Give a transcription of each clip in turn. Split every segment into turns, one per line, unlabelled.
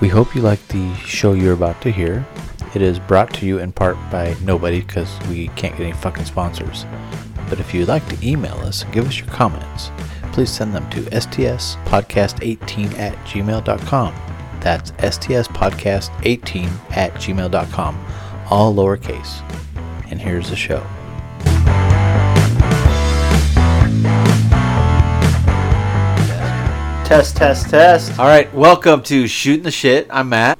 We hope you like the show you're about to hear. It is brought to you in part by nobody because we can't get any fucking sponsors. But if you'd like to email us and give us your comments, please send them to stspodcast18 at gmail.com. That's stspodcast18 at gmail.com, all lowercase. And here's the show.
Test, test, test.
All right, welcome to Shooting the Shit. I'm Matt,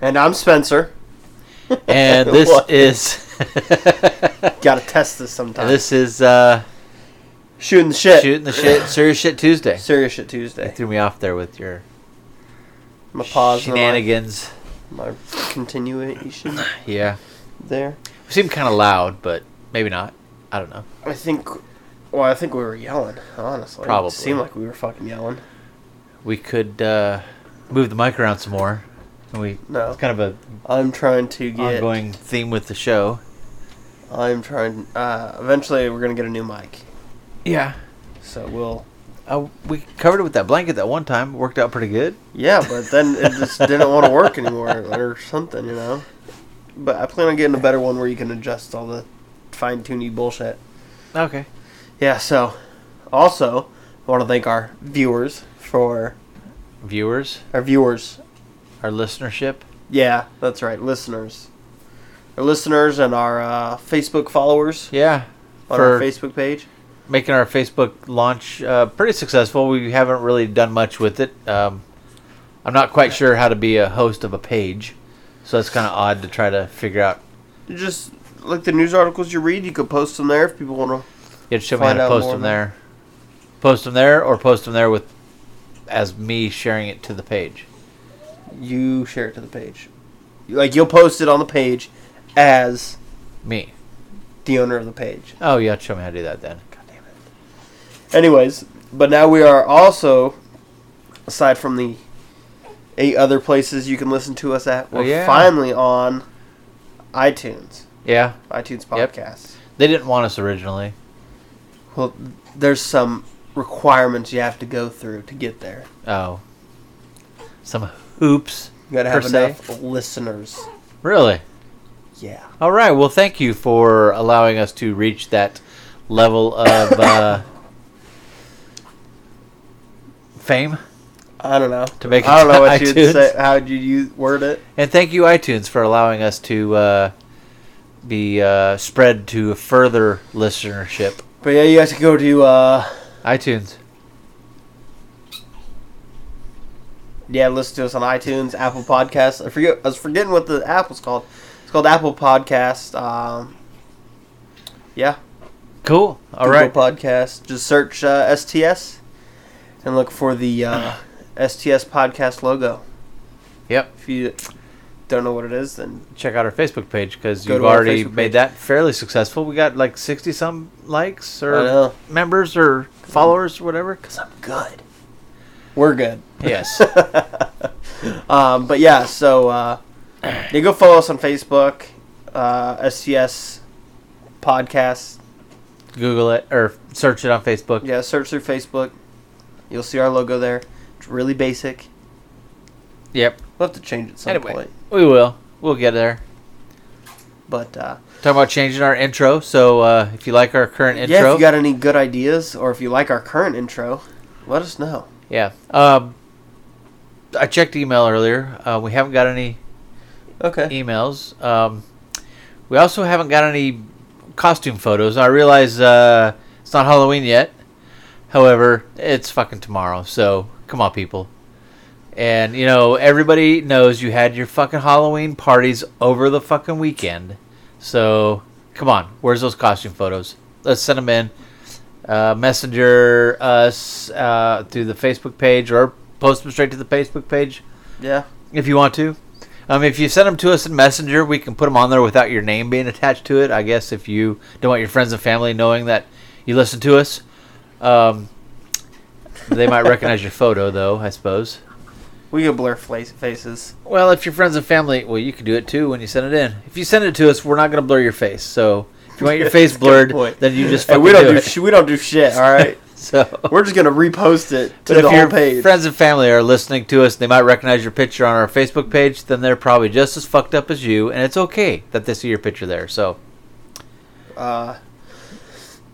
And I'm Spencer.
and this
What?
is
Gotta test this sometime.
this is uh,
Shooting the shit.
Shooting the Shit, Serious Shit Tuesday.
Serious shit
You
Tuesday.
threw me off there with your
My pause and my,
shenanigans.
my continuation
Yeah,
there.
we seem kind of loud, but maybe not. I don't know.
I think, well, I think we were yelling, honestly.
Probably.
It seemed like we were fucking yelling.
We could uh, move the mic around some more. And we
No.
it's kind of a
I'm trying to get.
ongoing theme with the show.
I'm trying. Uh, eventually, we're gonna get a new mic.
Yeah,
So we'll.
uh, we covered it with that blanket that one time. Worked out pretty good.
Yeah, but then it just didn't want to work anymore or something, you know? But I plan on getting a better one where you can adjust all the fine tuny bullshit.
Okay.
Yeah, so also I want to thank our viewers for
Viewers,
our viewers.
our listenership.
Yeah, that's right, listeners. Our listeners and our uh, Facebook followers
Yeah.
on
for
our Facebook page.
making our Facebook launch uh, pretty successful. We haven't really done much with it. Um, I'm not quite sure how to be a host of a page, so that's kind of odd to try to figure out.
You just like the news articles you read, you could post them there if people want to.
You had to show me how
Find
to
out
post
more
them
now.
there. Post them there, or post them there with as me sharing it to the page.
You share it to the page. Like you'll post it on the page as
Me.
the owner of the page.
Oh, you have to show me how to do that then.
God damn it. Anyways, but now we are also, aside from the eight other places you can listen to us at,
Oh,
we're
yeah.
finally on iTunes,
Yeah,
iTunes
Yep.
podcasts.
they didn't want us originally.
Well, there's some requirements you have to go through to get there.
Oh, some hoops.
You gotta have
Per se.
enough listeners.
Really?
Yeah.
All right. Well, thank you for allowing us to reach that level of uh, fame.
I don't know.
To make
I don't
it
know
to
what you'd
iTunes.
say. How'd you use, word it?
And thank you, iTunes, for allowing us to uh, be uh, spread to further listenership.
But yeah, you have to go to, uh,
iTunes.
Yeah, listen to us on iTunes, Apple Podcasts. I forget. I was forgetting what the Apple's called. It's called Apple Podcast. Um, yeah,
Cool. All
Google
right.
Podcast. Just search uh, STS and look for the uh, STS podcast logo.
Yep.
If you don't know what it is, then
Check out our Facebook page because
Go
you've
to our
already
Facebook
made
page.
that fairly successful. We got like sixty some likes
I
or
know.
members or followers or whatever.
because I'm good, we're good.
Yes.
Um, but yeah, so uh, you go follow us on Facebook, uh, STS Podcast.
Google it or search it on Facebook.
Yeah, search through Facebook. You'll see our logo there. It's really basic.
Yep.
We'll have to change it at some
Anyway.
point.
We will. We'll get there.
But uh,
Talking about changing our intro. So uh, if you like our current intro,
yeah, if you got any good ideas or if you like our current intro, let us know.
yeah. Um, I checked email earlier. Uh, we haven't got any
Okay.
emails. Um, we also haven't got any costume photos. I realize uh, it's not Halloween yet. However, it's fucking tomorrow. So come on, people. And you know everybody knows you had your fucking Halloween parties over the fucking weekend. So come on, where's those costume photos? Let's send them in. Uh, messenger us uh, through the Facebook page or post them straight to the Facebook page
Yeah.
if you want to. Um, if you send them to us in Messenger, we can put them on there without your name being attached to it. I guess if you don't want your friends and family knowing that you listen to us, um, they might recognize your photo, though. I suppose.
We could blur fla- faces.
Well, if your friends and family, well, you can do it too when you send it in. If you send it to us, we're not going to blur your face. So if you want your face
Good
blurred,
point.
then you just
Hey,
fucking
we don't
do
do
it.
sh- we don't do shit. All right.
So.
We're just gonna repost it
But
to the
if your
whole page.
friends and family are listening to us, they might recognize your picture on our Facebook page. Then they're probably just as fucked up as you, and it's okay that they see your picture there. So
uh,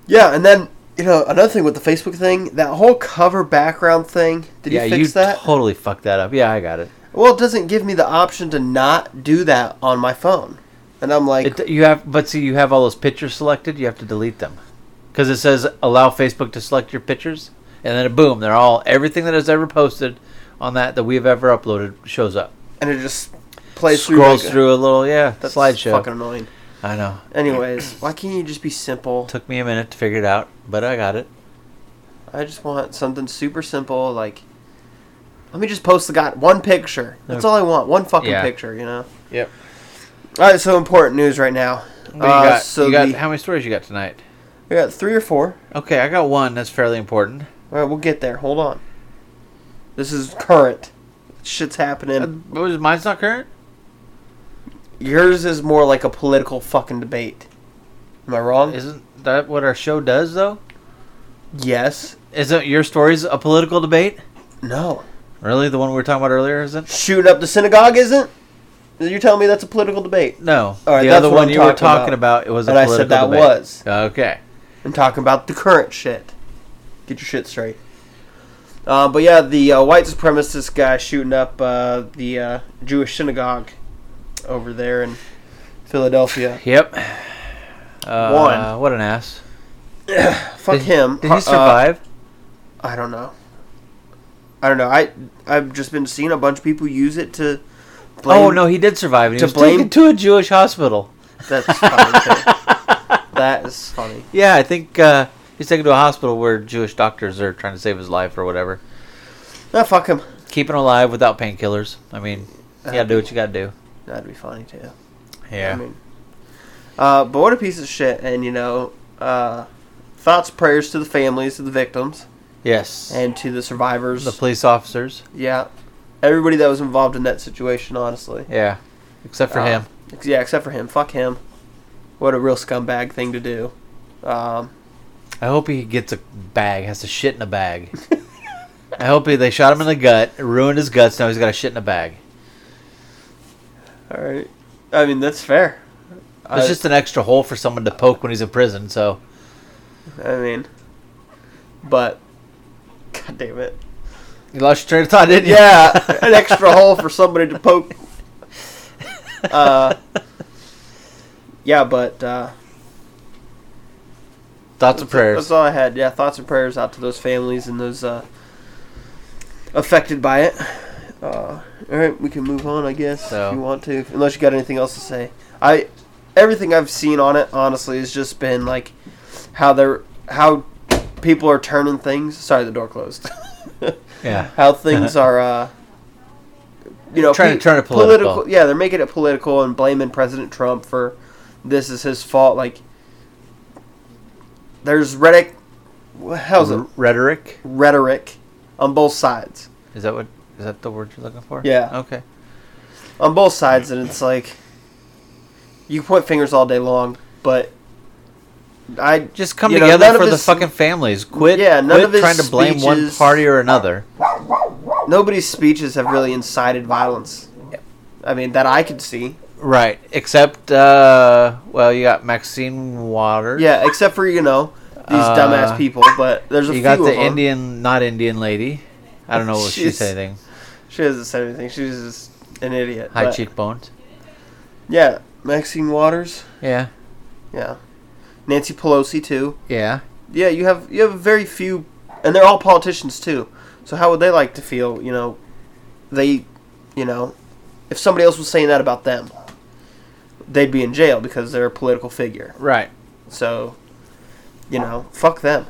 yeah, and then you know another thing with the Facebook thing, that whole cover background thing. Did
yeah,
you fix that?
totally fucked that up. Yeah, I got it.
well, it doesn't give me the option to not do that on my phone, and I'm like,
it. You have, but see, you have all those pictures selected. You have to delete them because it says allow Facebook to select your pictures, and then boom, they're all everything that is ever posted on that that we have ever uploaded shows up.
and it just plays through
Scrolls
like a-
through, a little yeah
That's
slideshow.
Fucking annoying.
I know.
Anyways, why can't you just be simple?
Took me a minute to figure it out, but I got it.
I just want something super simple. Like, let me just post the guy one picture. That's all I want. One fucking
Yeah.
picture. You know.
Yep.
All right. So important news right now.
What
Uh,
you got?
so
you got
the-
how many stories you got tonight?
We got three or four.
Okay, I got one that's fairly important.
All right, we'll get there. Hold on. This is current. Shit's happening.
Uh, what was- mine's not current.
Yours is more like a political fucking debate. Am I wrong?
Isn't that what our show does though?
yes.
Isn't your stories a political debate?
No.
Really, the one we were talking about earlier isn't?
Shooting up the synagogue isn't. You're telling me that's a political debate?
No.
All right,
the
that's
other
what
one
I'm
you were
talking
talking about, it was a
And I
political
said that
debate.
was.
Okay.
I'm talking about the current shit. Get your shit straight. Uh, but yeah, the uh, white supremacist guy shooting up uh, the uh, Jewish synagogue over there in Philadelphia.
Yep. Uh,
One.
What an ass.
Fuck
Did-
him.
Did
Uh,
he survive?
I don't know. I don't know. I I've just been seeing a bunch of people use it to. Blame.
oh no, he did survive. And he
to
was
blame-
taken to a Jewish hospital.
that's funny. too. that is funny.
Yeah, I think uh, he's taken to a hospital where Jewish doctors are trying to save his life or whatever.
No, fuck him.
Keeping alive without painkillers. I mean, you gotta do what you gotta do.
That'd be funny too.
Yeah.
I mean, uh, but what a piece of shit! And you know, uh, thoughts, prayers to the families of the victims
yes.
and to the survivors.
the police officers.
yeah, everybody that was involved in that situation. Honestly,
Yeah. Except for
Uh,
him.
ex- Yeah, except for him. Fuck him. What a real scumbag thing to do. Um,
I hope he gets a bag, has to shit in a bag. I hope he, they shot him in the gut, ruined his guts, now he's got to shit in a bag.
all right. I mean, that's fair.
It's
I-
just an extra hole for someone to poke when he's in prison, so.
I mean, but god damn it.
You lost your train of thought, didn't you?
Yeah, an extra hole for somebody to poke. Uh, yeah, but uh,
Thoughts and prayers.
That's all I had. Yeah, thoughts and prayers out to those families and those uh, affected by it. Uh, all right, we can move on, I guess,
So-
if you want to, unless you got anything else to say. I everything I've seen on it, honestly, has just been like how they're how people are turning things. Sorry, the door closed.
Yeah.
how things are. Uh, you know,
Trying to turn it political.
Yeah, they're making it political and blaming President Trump for this is his fault. Like, there's rhetoric. How's it?
R- Rhetoric?
Rhetoric on both sides.
Is that what? Is that the word you're looking for?
Yeah.
Okay.
On both sides, and it's like you can point fingers all day long, but I
Just come
you know,
together
none of
for the
his-
fucking families. Quit,
Yeah, none
quit
of his
trying to blame one
speeches-
party or another.
Nobody's speeches have really incited violence. I mean, that I could see.
Right. Except, uh, well, you got Maxine Waters.
Yeah, except for you know these
Uh,
dumbass people. But there's a
You
few
got
of
the
them.
Indian, not Indian lady. I don't know what she's
She's-
saying.
She doesn't say anything. She's just an idiot.
High
but-
cheekbones.
Yeah, Maxine Waters.
Yeah.
Yeah, Nancy Pelosi too.
Yeah.
Yeah, you have you have very few, and they're all politicians too. So how would they like to feel? You know, they, you know, if somebody else was saying that about them, they'd be in jail because they're a political figure.
Right.
So, you know, fuck them.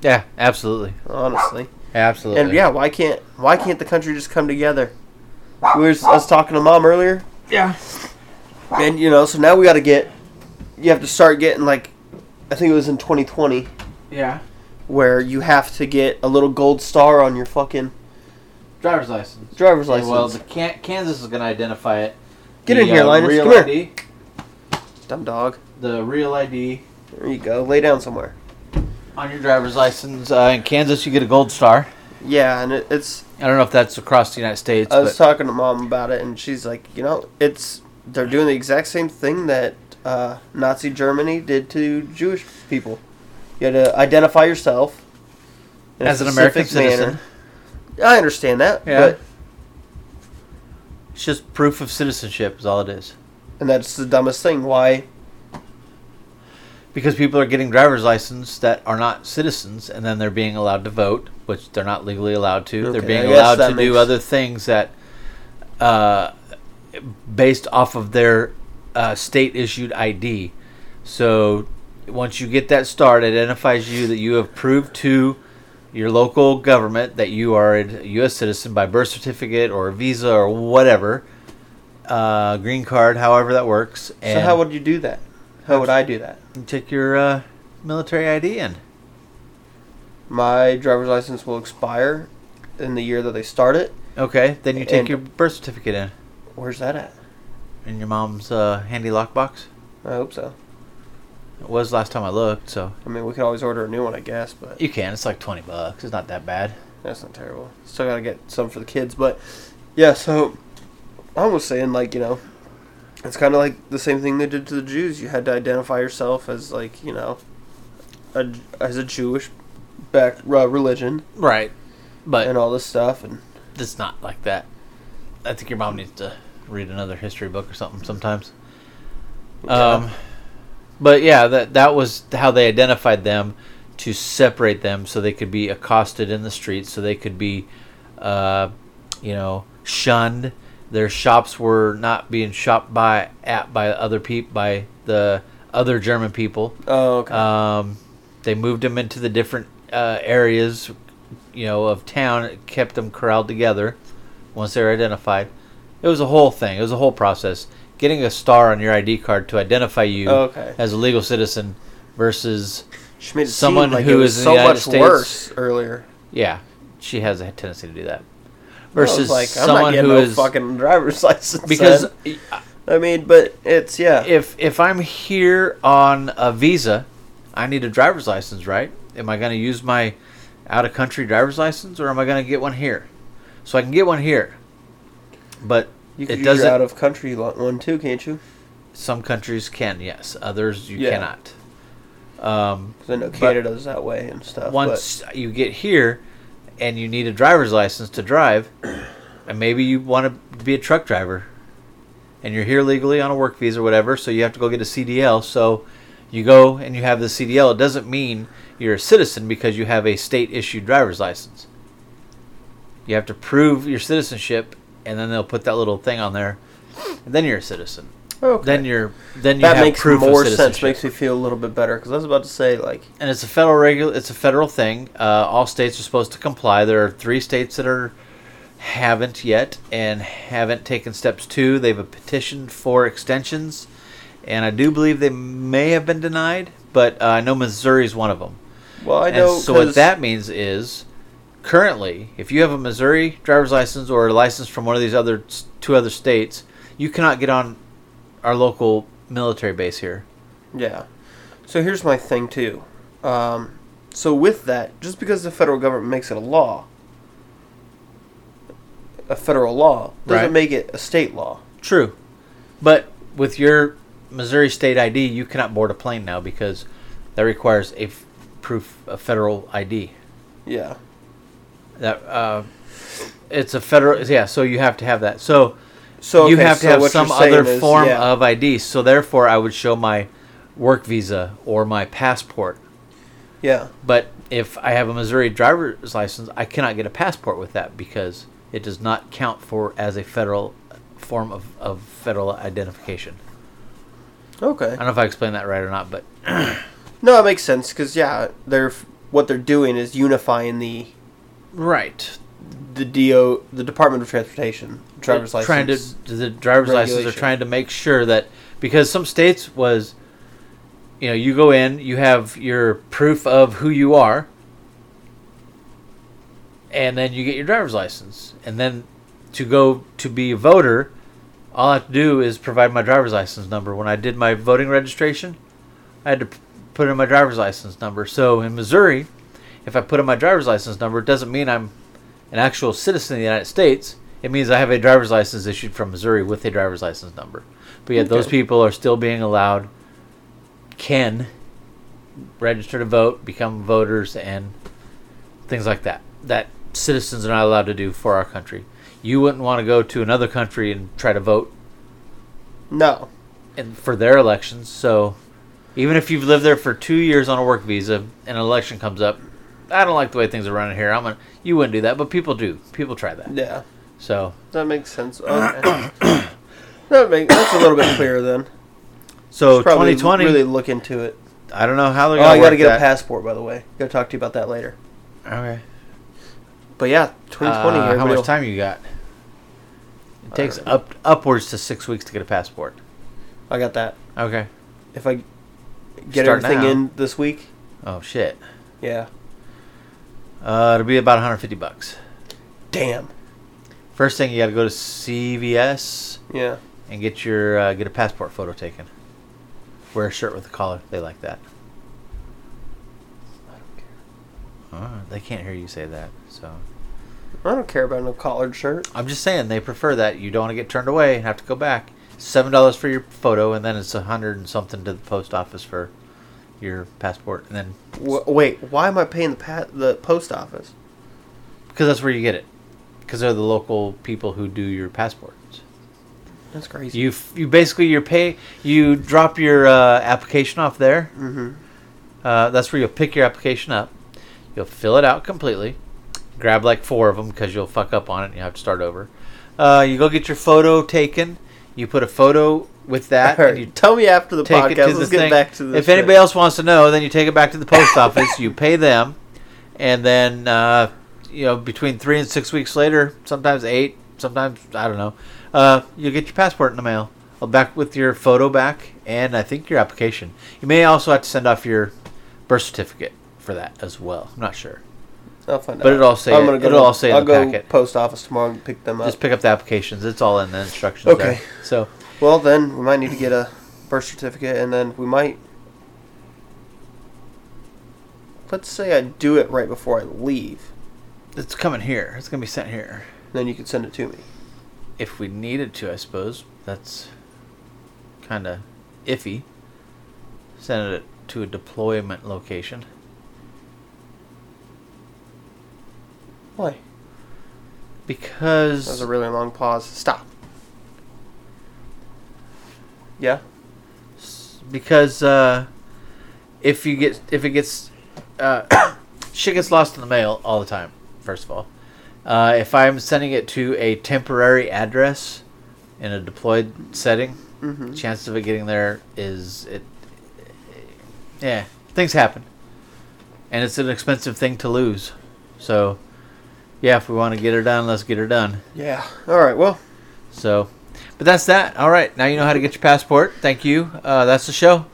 Yeah. Absolutely.
Honestly.
Absolutely.
And yeah, why can't why can't the country just come together? We was, I was talking to mom earlier,
Yeah.
and you know, so now we got to get. You have to start getting like, I think it was in 2020
Yeah.
where you have to get a little gold star on your fucking
Driver's license.
driver's license.
Well, the Can- Kansas is going to identify it.
Get
The,
in here,
uh,
Linus.
Real
Come here.
ID.
Dumb dog.
The real ID.
There you go. Lay down somewhere.
on your driver's license uh, in Kansas, you get a gold star.
Yeah, and it, it's.
I don't know if that's across the United States,
I was
but
talking to mom about it, and she's like, you know, it's they're doing the exact same thing that uh, Nazi Germany did to Jewish people. You had to identify yourself in a
as an American
specific
citizen,
manner. I understand that,
Yeah.
but
it's just proof of citizenship is all it is.
and that's the dumbest thing. Why?
Because people are getting driver's licenses that are not citizens, and then they're being allowed to vote, which they're not legally allowed to. they're
Okay,
being
I guess
allowed
that
to do
makes-
other things that, uh, based off of their uh, state issued ID. So once you get that start, it identifies you that you have proved to your local government that you are a U.S. citizen by birth certificate or visa or whatever, uh, green card, however that works.
So how would you do that? How would I do that?
You take your uh, military ID in.
My driver's license will expire in the year that they start it.
Okay, then you take
And-
your birth certificate in
Where's that at?
in your mom's uh, handy lockbox.
I hope so.
It was last time I looked, so
I mean, we could always order a new one, I guess, but
you can. It's like twenty bucks. It's not that bad.
that's not terrible. Still gotta get some for the kids, but yeah. So I was saying, like, you know, it's kind of like the same thing they did to the Jews. You had to identify yourself as like, you know, a, as a Jewish back uh, religion
Right,
and
but
all this stuff, and
it's not like that. I think your mom needs to read another history book or something sometimes. Um, but yeah, that that was how they identified them to separate them, so they could be accosted in the streets, so they could be, uh, you know, shunned. Their shops were not being shopped by at by other people by the other German people.
oh, okay.
Um, they moved them into the different uh, areas, you know, of town. It kept them corralled together once they were identified. It was a whole thing. It was a whole process. Getting a star on your ID card to identify you
Oh, okay.
as a legal citizen versus,
She made it
someone
seem like
who
it was
is in the
so
United
much
States-
worse earlier.
yeah, she has a tendency to do that.
I was
Versus
like, I'm not
someone
getting
who
no
is
fucking driver's license
because
son. I mean, but it's yeah.
if if I'm here on a visa, I need a driver's license, right? Am I going to use my out of country driver's license, or am I going to get one here? So I can get one here, but
you
it
can use
doesn't.
your out of country lo- one too, can't you?
some countries can, yes. Others you
Yeah.
cannot. Um,
Because I know
But-
Canada's that way and stuff.
once you get here and you need a driver's license to drive, and maybe you want to be a truck driver, and you're here legally on a work visa or whatever, so you have to go get a CDL. So you go and you have the CDL. It doesn't mean you're a citizen because you have a state issued driver's license. You have to prove your citizenship, and then they'll put that little thing on there, and then you're a citizen.
but, okay.
Then you're then you
that
have
makes
proof
more
of
sense.
citizenship
Makes me feel a little bit better because I was about to say like
and it's a federal regu- it's a federal thing. Uh, all states are supposed to comply. There are three states that are haven't yet and haven't taken steps to. They've a petition for extensions, and I do believe they may have been denied. But uh, I know Missouri is one of them.
well I
and
know
so what
'cause-
that means is, currently, if you have a Missouri driver's license or a license from one of these other s- two other states, you cannot get on our local military base here.
yeah. So here's my thing too. Um, so with that, just because the federal government makes it a law, a federal law doesn't
Right.
make it a state law.
True, but with your Missouri state ID, you cannot board a plane now because that requires a f- proof of federal ID.
Yeah.
That uh, it's a federal, yeah. So you have to have that. So
So
you
okay,
have to
so
have
what
some
you're saying
other
is,
form
yeah.
of ID. So therefore, I would show my work visa or my passport.
yeah.
But if I have a Missouri driver's license, I cannot get a passport with that because it does not count for as a federal form of, of federal identification.
Okay.
I don't know if I explained that right or not, but
No, it makes sense because yeah, they're what they're doing is unifying the
right.
the do the Department of Transportation driver's license.
Trying to the driver's licenses are
regulation.
trying to make sure that because some states was, you know, you go in, you have your proof of who you are, and then you get your driver's license, and then to go to be a voter, all I have to do is provide my driver's license number. When I did my voting registration, I had to p- put in my driver's license number. So in Missouri, if I put in my driver's license number, it doesn't mean I'm an actual citizen of the United States. It means I have a driver's license issued from Missouri with a driver's license number. But yet those
Okay.
people are still being allowed can register to vote, become voters, and things like that. That citizens are not allowed to do for our country. You wouldn't want to go to another country and try to vote
No.
in, for their elections. So even if you've lived there for two years on a work visa and an election comes up, I don't like the way things are running here. I'm gonna, you wouldn't do that, but people do. People try that.
Yeah.
So
That makes sense. Okay. that make, that's a little bit clearer then.
so
Should probably
2020.
really look into it.
I don't know how they're
Oh, I
gonna.
got to
work
get a
that.
passport, by the way. Got to talk to you about that later.
Okay.
But yeah, 2020.
Uh, how
everybody
much
will-
time you got? It takes
don't know.
up upwards to six weeks to get a passport.
I got that.
Okay.
If I get
Start
everything
now.
in this week,
Oh shit.
yeah.
Uh, it'll be about 150 bucks.
Damn.
First thing you got to go to CVS
Yeah.
and get your uh, get a passport photo taken. Wear a shirt with a collar. They like that.
I don't care.
Oh, they can't hear you say that. So
I don't care about no collared shirt.
I'm just saying they prefer that. You don't want to get turned away and have to go back. Seven dollars for your photo, and then it's a hundred and something to the post office for your passport, and then
W- wait, why am I paying the pa- the post office?
because that's where you get it, because they're the local people who do your passports.
That's crazy.
You f- you basically your pay you drop your uh, application off there.
mm-hmm.
Uh, that's where you'll pick your application up. You'll fill it out completely. Grab like four of them because you'll fuck up on it and you have to start over. Uh, you go get your photo taken. You put a photo with that and you
tell me after the
take it
podcast.
to the
Let's get
thing.
back to this.
if anybody else wants to know, then you take it back to the post office. You pay them, and then uh, you know between three and six weeks later, sometimes eight, sometimes I don't know. Uh, you get your passport in the mail, uh, back with your photo back, and I think your application. You may also have to send off your birth certificate for that as well. I'm not sure.
I'll find
but
out.
it'll all say it- it'll
to-
all say in
I'll
the
go
packet.
post office tomorrow and pick them up.
Just pick up the applications. It's all in the instructions.
Okay.
There. So
well, then we might need to get a birth certificate, and then we might. Let's say I do it right before I leave,
it's coming here. It's gonna be sent here.
then you can send it to me.
if we needed to, I suppose. That's kind of iffy. Send it to a deployment location.
Why? That was
Because.
a really long pause. Stop. Yeah.
Because, uh. If you get. If it gets. Uh, shit gets lost in the mail all the time, first of all. Uh, if I'm sending it to a temporary address in a deployed setting,
Mm-hmm.
chances of it getting there is it yeah things happen and it's an expensive thing to lose so yeah if we want to get her done let's get her done
Yeah. All right. Well,
so but that's that all right now you know how to get your passport thank you uh, that's the show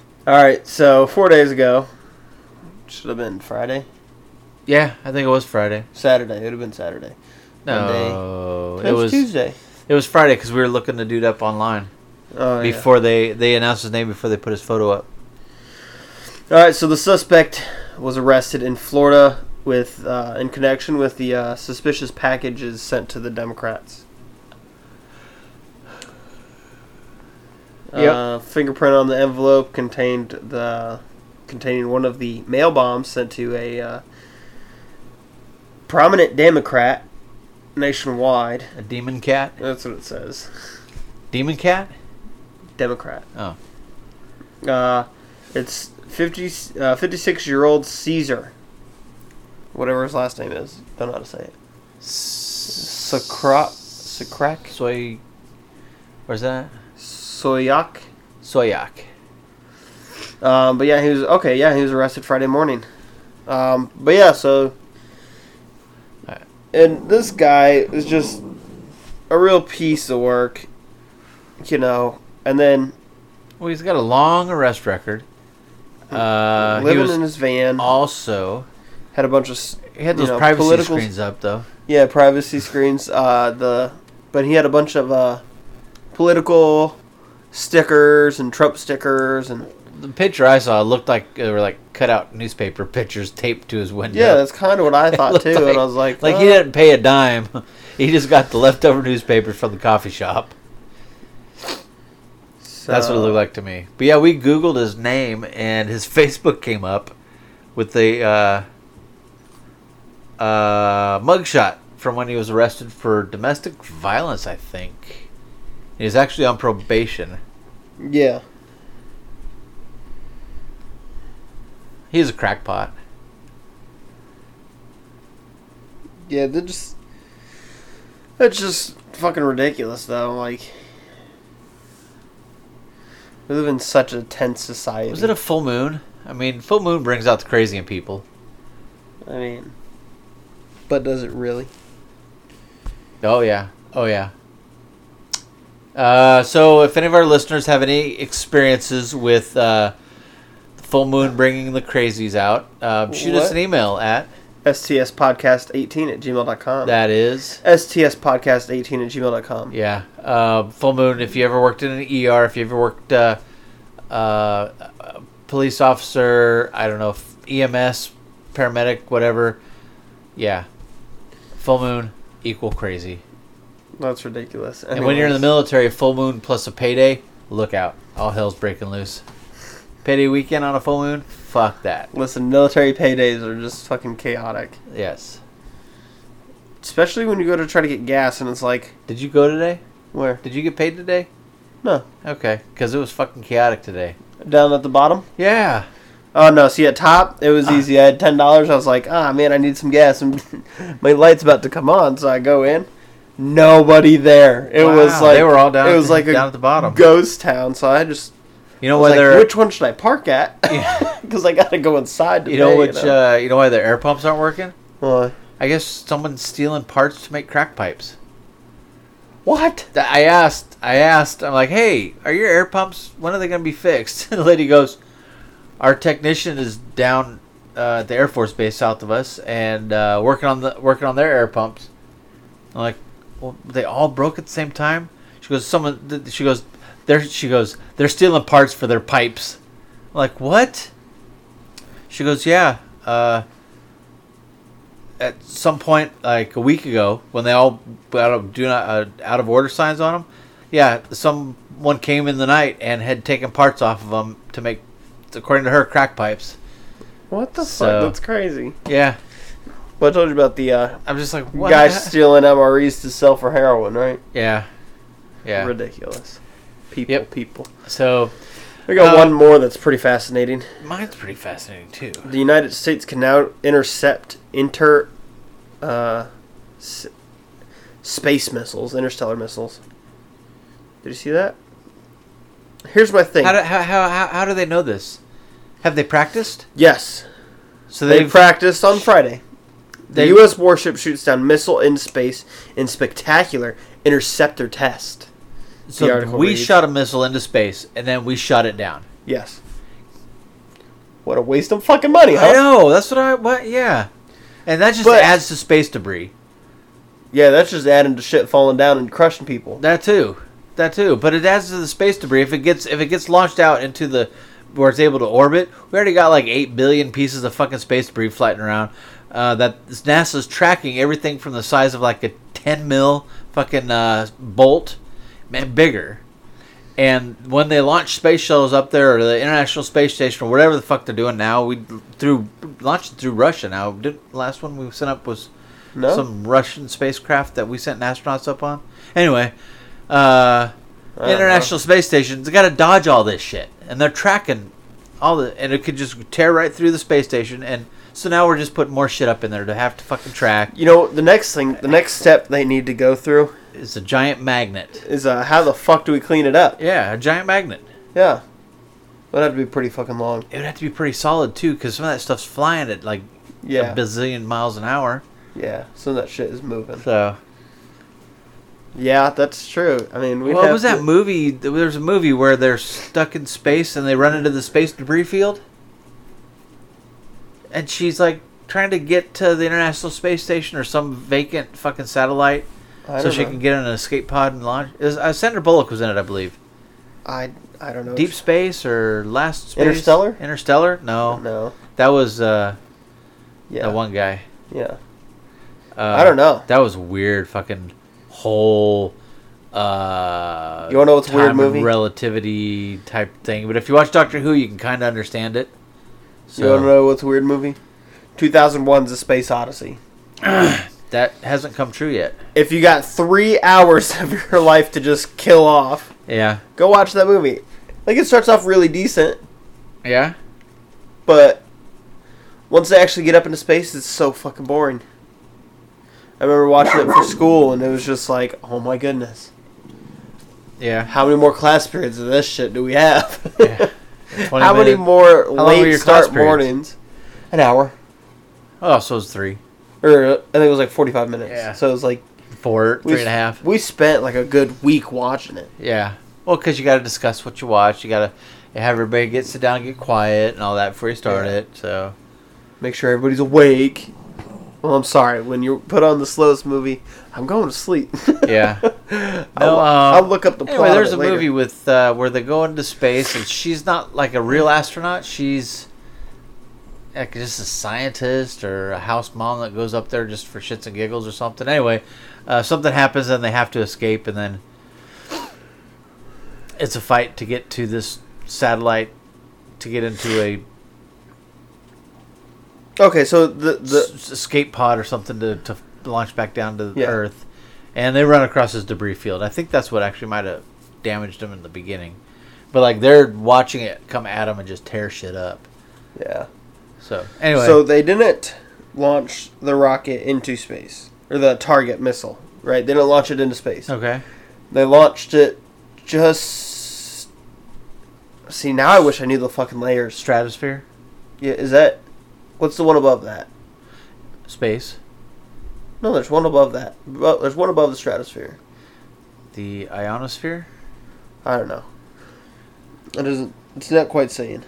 All right, so four days ago, should have been Friday,
yeah i think it was friday
Saturday. It would have been Saturday.
no
Monday.
it was
Tuesday.
it was friday because we were looking the dude up online
Oh, yeah.
before they they announced his name before they put his photo up
All right, so the suspect was arrested in Florida with uh, in connection with the uh, suspicious packages sent to the Democrats.
Yep.
Uh, fingerprint on the envelope contained the containing one of the mail bombs sent to a uh, prominent Democrat nationwide.
a demon cat
That's what it says.
demon cat
Democrat.
oh
Uh, it's 50, uh, 56 year old Caesar. Whatever his last name is. Don't know how to say it. Socrat. Socrac?
soy where's that
Soyak?
soyak
Um, but yeah, he was. Okay, yeah, he was arrested Friday morning. Um, but yeah, so.
Alright.
And this guy is just a real piece of work, you know. And then
Well, he's got a long arrest record. Uh, he
living
was
in his van,
also
had a bunch of s-
he had
you
those
know,
privacy
political-
screens up though.
Yeah, privacy screens. Uh, the but he had a bunch of uh, political stickers and Trump stickers and
The picture I saw looked like they were like cut out newspaper pictures taped to his window.
yeah, that's kind of what I thought
looked
too. and I was like,
like
oh.
he didn't pay a dime. He just got the leftover newspapers from the coffee shop. That's what it
So-
looked like to me. But yeah, we Googled his name and his Facebook came up with the uh, uh, mugshot from when he was arrested for domestic violence, I think. He was actually on probation.
Yeah,
He's a crackpot.
yeah. They just it's just fucking ridiculous though. Like we live in such a tense society.
Was it a full moon? I mean, full moon brings out the crazy in people.
I mean, but does it really?
Oh yeah. Oh yeah. Uh, so if any of our listeners have any experiences with uh, the full moon bringing the crazies out, uh, shoot us
What?
an email at
STS podcast 18 at gmail.com.
that is
STS podcast 18 at gmail.com.
yeah uh, full moon. If you ever worked in an ER, if you ever worked uh, uh, a police officer, I don't know f- EMS, paramedic, whatever. Yeah, full moon equal crazy.
That's ridiculous.
And when you're in the
Anyways.
military, full moon plus a payday, look out. All hell's breaking loose. Payday weekend on a full moon? Fuck that.
Listen, military paydays are just fucking chaotic.
Yes.
Especially when you go to try to get gas and it's like,
Did you go today?
where?
Did you get paid today?
No.
Okay, because it was fucking chaotic today.
Down at the bottom?
Yeah.
Oh, no. See, at top, it
Ah.
was easy. I had $10. I was like, ah, man, I need some gas. And my light's about to come on. So I go in. Nobody there. It was
Wow,
like
they were all down.
It was like
down
a
at the bottom.
ghost town. So I just
you know why
was like,
their
which one should I park at? Because I gotta go inside. Today,
you know which uh, you know why their air pumps aren't working?
Why?
I guess someone's stealing parts to make crack pipes.
what?
Th- I asked, I asked, I'm like, hey, are your air pumps, when are they going to be fixed? And the lady goes, our technician is down uh, at the Air Force Base south of us and uh, working on the working on their air pumps. I'm like, well, they all broke at the same time? She goes, someone, th- she goes, they're, she goes, they're stealing parts for their pipes. I'm like, what? She goes, yeah. Uh, at some point like a week ago when they all put out of do not uh, out of order signs on them. Yeah, someone came in the night and had taken parts off of them to make, according to her, crack pipes.
What the
So-
fuck? That's crazy.
Yeah,
Well, I told you about the uh,
I'm just like what
guy
the-
stealing MREs to sell for heroin, right?
Yeah, yeah.
Ridiculous. People,
Yep.
people.
So
I got
Uh,
one more that's pretty fascinating.
mine's pretty fascinating too.
The United States can now intercept inter uh, s- space missiles, interstellar missiles. Did you see that? Here's my thing.
How do, how, how, how, how do they know this? Have they practiced?
yes,
So
They
they've
practiced on Friday. The
They-
U.S. warship shoots down missile in space in spectacular interceptor test. the
so
article
we
reads-
shot a missile into space and then we shot it down.
Yes. What a waste of fucking money, huh?
I know. That's what I. What? Yeah. And that just
But-
adds to space debris.
Yeah, that's just adding to shit falling down and crushing people.
That too. That too. But it adds to the space debris. If it gets if it gets launched out into the where it's able to orbit, we already got like eight billion pieces of fucking space debris floating around. Uh, that NASA's tracking everything from the size of like a ten mil fucking uh, bolt, man, bigger. And when they launch space shuttles up there, or the International Space Station, or whatever the fuck they're doing now, we through launched it through Russia. Now, didn't last one we sent up was
No.
some Russian spacecraft that we sent astronauts up on. Anyway, uh,
don't
International Space Station, they got to dodge all this shit, and they're tracking all the, and it could just tear right through the space station, and so now we're just putting more shit up in there to have to fucking track.
You know, the next thing, the next step they need to go through
It's a giant magnet.
is uh, how the fuck do we clean it up?
Yeah, a giant magnet.
Yeah. That'd have to be pretty fucking long.
It would have to be pretty solid too, because some of that stuff's flying at like
Yeah.
a bazillion miles an hour.
Yeah. Some of that shit is moving.
So
Yeah, that's true. I mean, we
what
have
was that
to-
movie? There was a movie where they're stuck in space and they run into the space debris field, and she's like trying to get to the International Space Station or some vacant fucking satellite
I
so
don't
she
know.
can get in an escape pod and launch. It was, uh, Sandra Bullock was in it, I believe.
I I don't know.
Deep Space or Last Space?
Interstellar?
Interstellar? No,
No.
that was uh,
Yeah.
oh. that one guy.
Yeah.
Uh,
I don't know.
That was weird. Fucking whole. Uh,
You wanna know what's a weird
time and
movie?
Relativity type thing, but if you watch Doctor Who, you can kind of understand it. So
You want to know what's a weird movie? 2001's A Space Odyssey.
that hasn't come true yet.
If you got three hours of your life to just kill off,
Yeah,
go watch that movie. Like it starts off really decent,
yeah.
but once they actually get up into space, it's so fucking boring. I remember watching it for school, and it was just like, oh my goodness,
Yeah.
how many more class periods of this shit do we have?
Yeah.
how many
minute-
more
long were
late
your
start
class periods?
mornings? An hour,
Oh, so it's three,
or I think it was like forty-five minutes.
Yeah.
So it was like
four,
we
three and a half.
We spent like a good week watching it.
Yeah. Well, because you got to discuss what you watch. You got to have everybody get sit down, get quiet, and all that before you start
Yeah.
it. So
Make sure everybody's awake. Well, I'm sorry. When you put on the slowest movie, I'm going to sleep.
yeah.
I'll,
No, uh,
I'll look up the plot.
anyway, there's a
later.
movie with uh, where they go into space, and she's not like a real astronaut. She's like just a scientist or a house mom that goes up there just for shits and giggles or something. Anyway, uh, something happens and they have to escape, and then it's a fight to get to this satellite to get into a
Okay, so the the
s- escape pod or something to, to launch back down to
Yeah.
Earth, and they run across this debris field. I think that's what actually might have damaged them in the beginning, but like they're watching it come at them and just tear shit up.
yeah.
So anyway,
So they didn't launch the rocket into space or the target missile, right? They didn't launch it into space.
okay,
They launched it just. See, now I wish I knew the fucking layers.
stratosphere,
Yeah, is that what's the one above that?
space,
No, there's one above that. Well, There's one above the stratosphere.
the ionosphere.
I don't know. It doesn't. It's not quite saying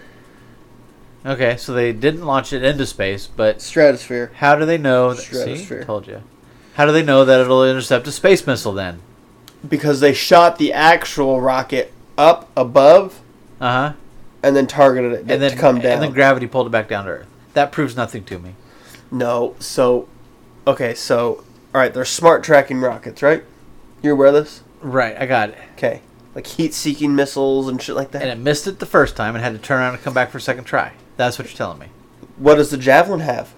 Okay, so they didn't launch it into space, but
stratosphere.
how do they know? That, see,
Stratosphere.
told you. How do they know that it'll intercept a space missile then?
because they shot the actual rocket up above
Uh huh.
and then targeted it
And
to
then
come down.
and then gravity pulled it back down to Earth. That proves nothing to me.
no, so okay, so all right, they're smart tracking rockets, right? You're aware of this?
Right, I got it.
Okay, like heat-seeking missiles and shit like that.
and it missed it the first time and had to turn around and come back for a second try. That's what you're telling me.
what does the javelin have?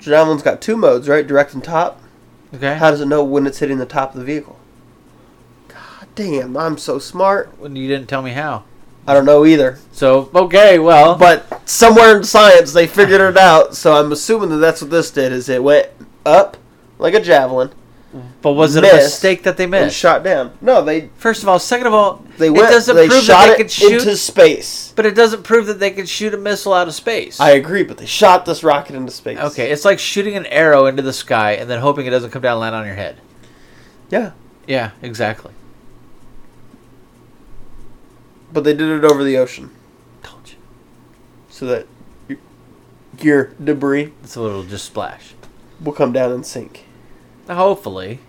Javelin's got two modes, right? Direct and top.
Okay.
How does it know when it's hitting the top of the vehicle? God damn, I'm so smart.
when you didn't tell me how.
I don't know either.
So okay, well,
But somewhere in science they figured it out, so I'm assuming that that's what this did is it went up like a javelin
but was it a
missed
mistake that they
and
missed?
shot down. No, they
first of all, second of all,
they
it
went
doesn't
they
prove that
shot
they
it
could shoot,
into space.
but it doesn't prove that they could shoot a missile out of space.
I agree, but they shot this rocket into space.
okay, it's like shooting an arrow into the sky and then hoping it doesn't come down and land on your head.
Yeah.
Yeah, exactly.
But they did it over the ocean
Told you.
so that your, your debris
It's a little just splash.
will come down and sink.
Hopefully.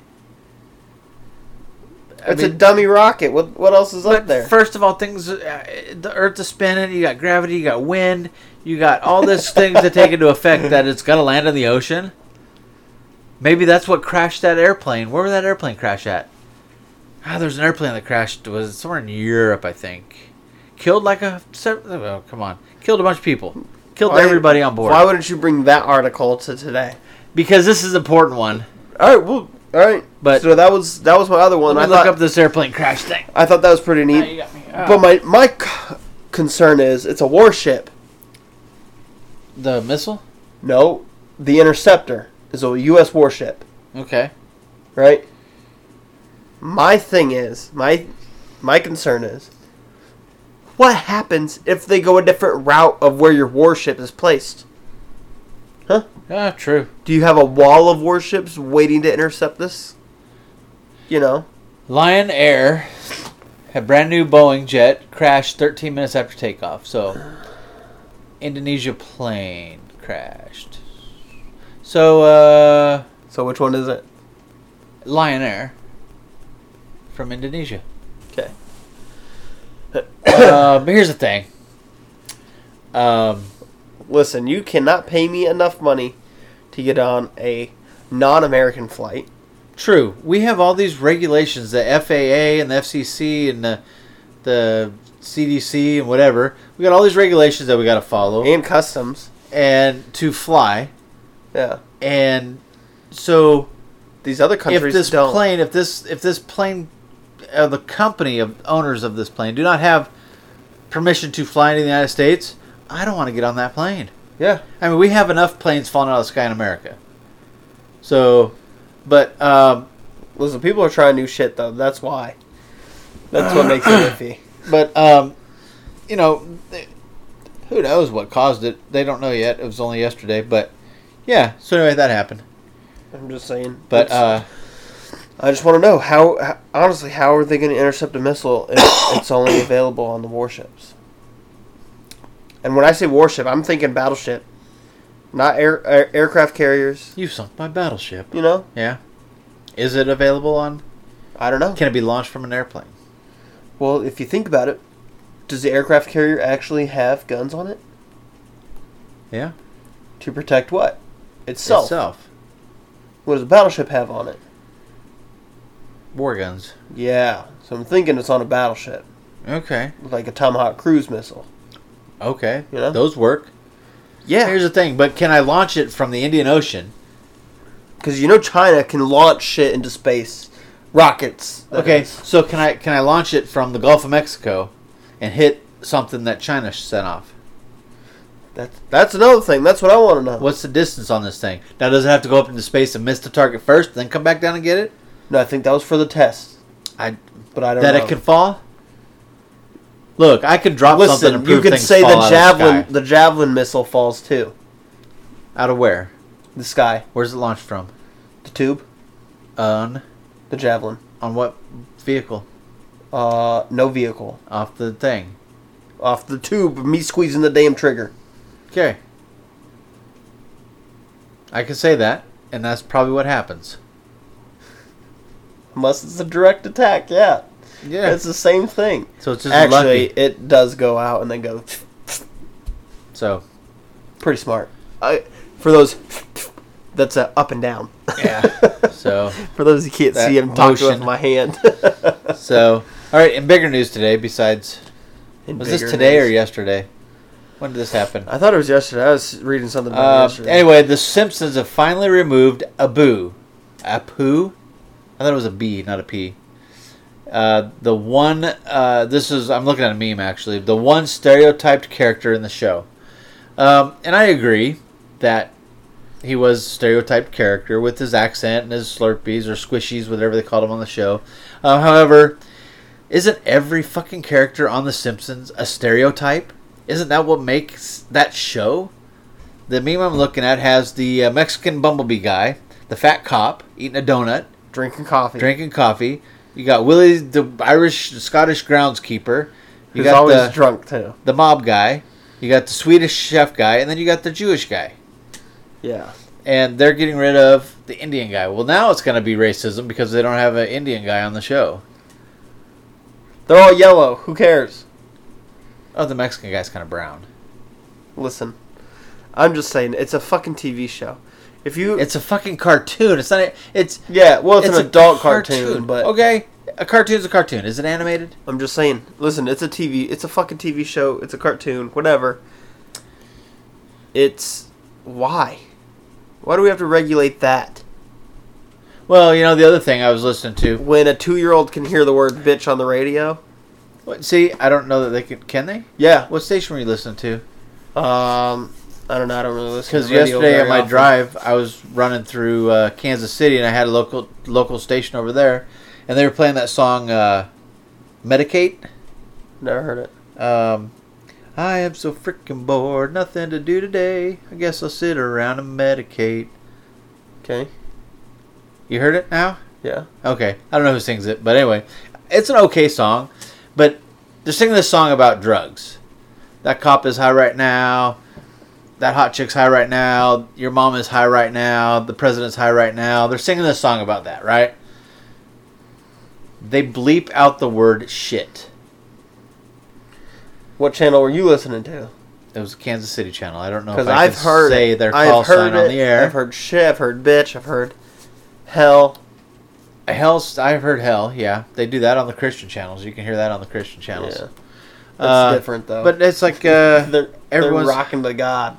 I
it's a
mean-
dummy rocket. What what else is up
But
there?
first of all, things uh, the Earth is spinning. You got gravity. You got wind. You got all these things that take into effect that it's gonna land in the ocean. Maybe that's what crashed that airplane. Where would that airplane crash at? Ah, there's an airplane that crashed. It Was somewhere in Europe, I think. Killed like a. se- Oh, come on, killed a bunch of people. Killed
Why-
everybody on board.
Why wouldn't you bring that article to today?
because this is an important one.
All right, well, all right.
But-
so that was that was my other one.
Let me
I
look
thought
up this airplane crash thing.
I thought that was pretty
Ah,
neat.
you got me.
But
Ah.
my my c- concern is it's a warship.
the missile.
No, the interceptor is a U.S. warship,
Okay.
right? My thing is my my concern is what happens if they go a different route of where your warship is placed? Huh?
Ah, true.
Do you have a wall of warships waiting to intercept this? You know,
Lion Air, a brand new Boeing jet, crashed 13 minutes after takeoff. So, Indonesia plane crashed. So, uh,
so which one is it?
Lion Air from Indonesia.
Okay.
uh, but here's the thing. Um,
Listen, you cannot pay me enough money to get on a non-American flight.
True. We have all these regulations, the FAA and the FCC and the, the CDC and whatever. We got all these regulations that we got to follow
And customs.
and to fly.
Yeah.
And so
These other countries
if this
don't.
plane, if this if this plane, uh, the company of owners of this plane do not have permission to fly into the United States, I don't want to get on that plane.
yeah.
I mean, we have enough planes falling out of the sky in America. So, but um,
Listen, people are trying new shit though. That's why. That's what makes it iffy.
but um, you know, th- who knows what caused it? They don't know yet. It was only yesterday, but yeah. So anyway, that happened.
I'm just saying.
But
It's-
uh,
I just want to know how, how honestly, how are they going to intercept a missile if it's only available on the warships? And when I say warship, I'm thinking battleship, not air, air aircraft carriers.
you sunk my battleship.
You know,
Yeah. Is it available on?
I don't know.
Can it be launched from an airplane?
Well, if you think about it, does the aircraft carrier actually have guns on it
Yeah.
to protect what? Itself.
Itself.
What does a battleship have on it?
War guns.
Yeah. So I'm thinking it's on a battleship,
Okay.
like a Tomahawk cruise missile.
Okay.
You know?
Those work. Here's
Yeah.
the thing, but can I launch it from the Indian Ocean?
Because you know China can launch shit into space, rockets. that
okay.
is.
So can I can I launch it from the Gulf of Mexico and hit something that China sent off?
That's that's another thing. That's what I want to know.
What's the distance on this thing? Now does it have to go up into space and miss the target first, then come back down and get it?
No, I think that was for the test,
I
but I don't
that
know.
it could fall? Look, I could drop something
Listen,
and
you
prove
could
things
say
fall
the
out of
javelin,
sky.
the javelin missile falls too.
out of where?
The sky,
Where's it launched from?
the tube,
On
the javelin.
on what vehicle?
Uh, no vehicle
Off the thing.
off the tube. of Me squeezing the damn trigger.
Okay. I can say that, and that's probably what happens.
Unless it's a direct attack, yeah,
Yeah.
it's the same thing.
so it's just
Actually,
lucky.
it does go out and then go.
So
Pretty smart. I, for those, that's a up and down.
yeah. so
For those who can't
That
see, I'm talking
motion.
with my hand.
so all right. And bigger news today. Besides, was this today or yesterday? When did this happen?
I thought it was yesterday. I was reading something about it
Uh,
yesterday.
anyway, the Simpsons have finally removed Abu. Apu? I thought it was a B, not a P. Uh, the one, uh, this is, I'm looking at a meme actually, the one stereotyped character in the show. Um, and I agree that he was a stereotyped character with his accent and his slurpees or squishies, whatever they called him on the show. Uh, however, isn't every fucking character on The Simpsons a stereotype? Isn't that what makes that show? The meme I'm looking at has the uh, Mexican bumblebee guy, the fat cop eating a donut,
drinking coffee.
drinking coffee. You got Willie, the Irish Scottish groundskeeper. You
He's
got
always
the,
drunk too.
the mob guy. You got the Swedish chef guy, and then you got the Jewish guy.
Yeah.
And they're getting rid of the Indian guy. Well, now it's going to be racism because they don't have an Indian guy on the show.
They're all yellow. Who cares?
Oh, the Mexican guy's kind of brown.
Listen, I'm just saying it's a fucking TV show. If you,
It's a fucking cartoon. It's not. A, it's
yeah, well, it's, an
a
adult cartoon, but
okay, a cartoon's a cartoon. Is it animated?
I'm just saying. Listen, it's a TV. It's a fucking TV show. It's a cartoon. Whatever. It's why? Why do we have to regulate that
Well, you know the other thing I was listening to.
when a two-year-old can hear the word bitch on the radio?
What, see, I don't know that they can. Can they?
Yeah.
What station were you listening to?
Um, I don't know. I don't really listen.
Because
to radio
yesterday on
very
my
often.
drive, I was running through uh, Kansas City, and I had a local local station over there, and they were playing that song uh, "Medicate."
never heard it.
Um, I am so freaking bored, nothing to do today. I guess I'll sit around and medicate.
Okay.
You heard it now?
Yeah.
Okay, I don't know who sings it, but anyway, it's an okay song, but they're singing this song about drugs. That cop is high right now. That hot chick's high right now. Your mom is high right now. The president's high right now. They're singing this song about that, right? They bleep out the word shit.
What channel were you listening to?
It was the Kansas City Channel. I don't know
Because
if I
I've
can
heard
say
it.
their
I've
call
heard
sign
it.
on the air.
I've heard shit. I've heard bitch. I've heard hell.
Hell, I've heard hell. Yeah, they do that on the Christian channels. You can hear that on the Christian channels.
Yeah. That's
Uh,
different though.
But it's like uh,
they're, they're
everyone's-
rocking to God.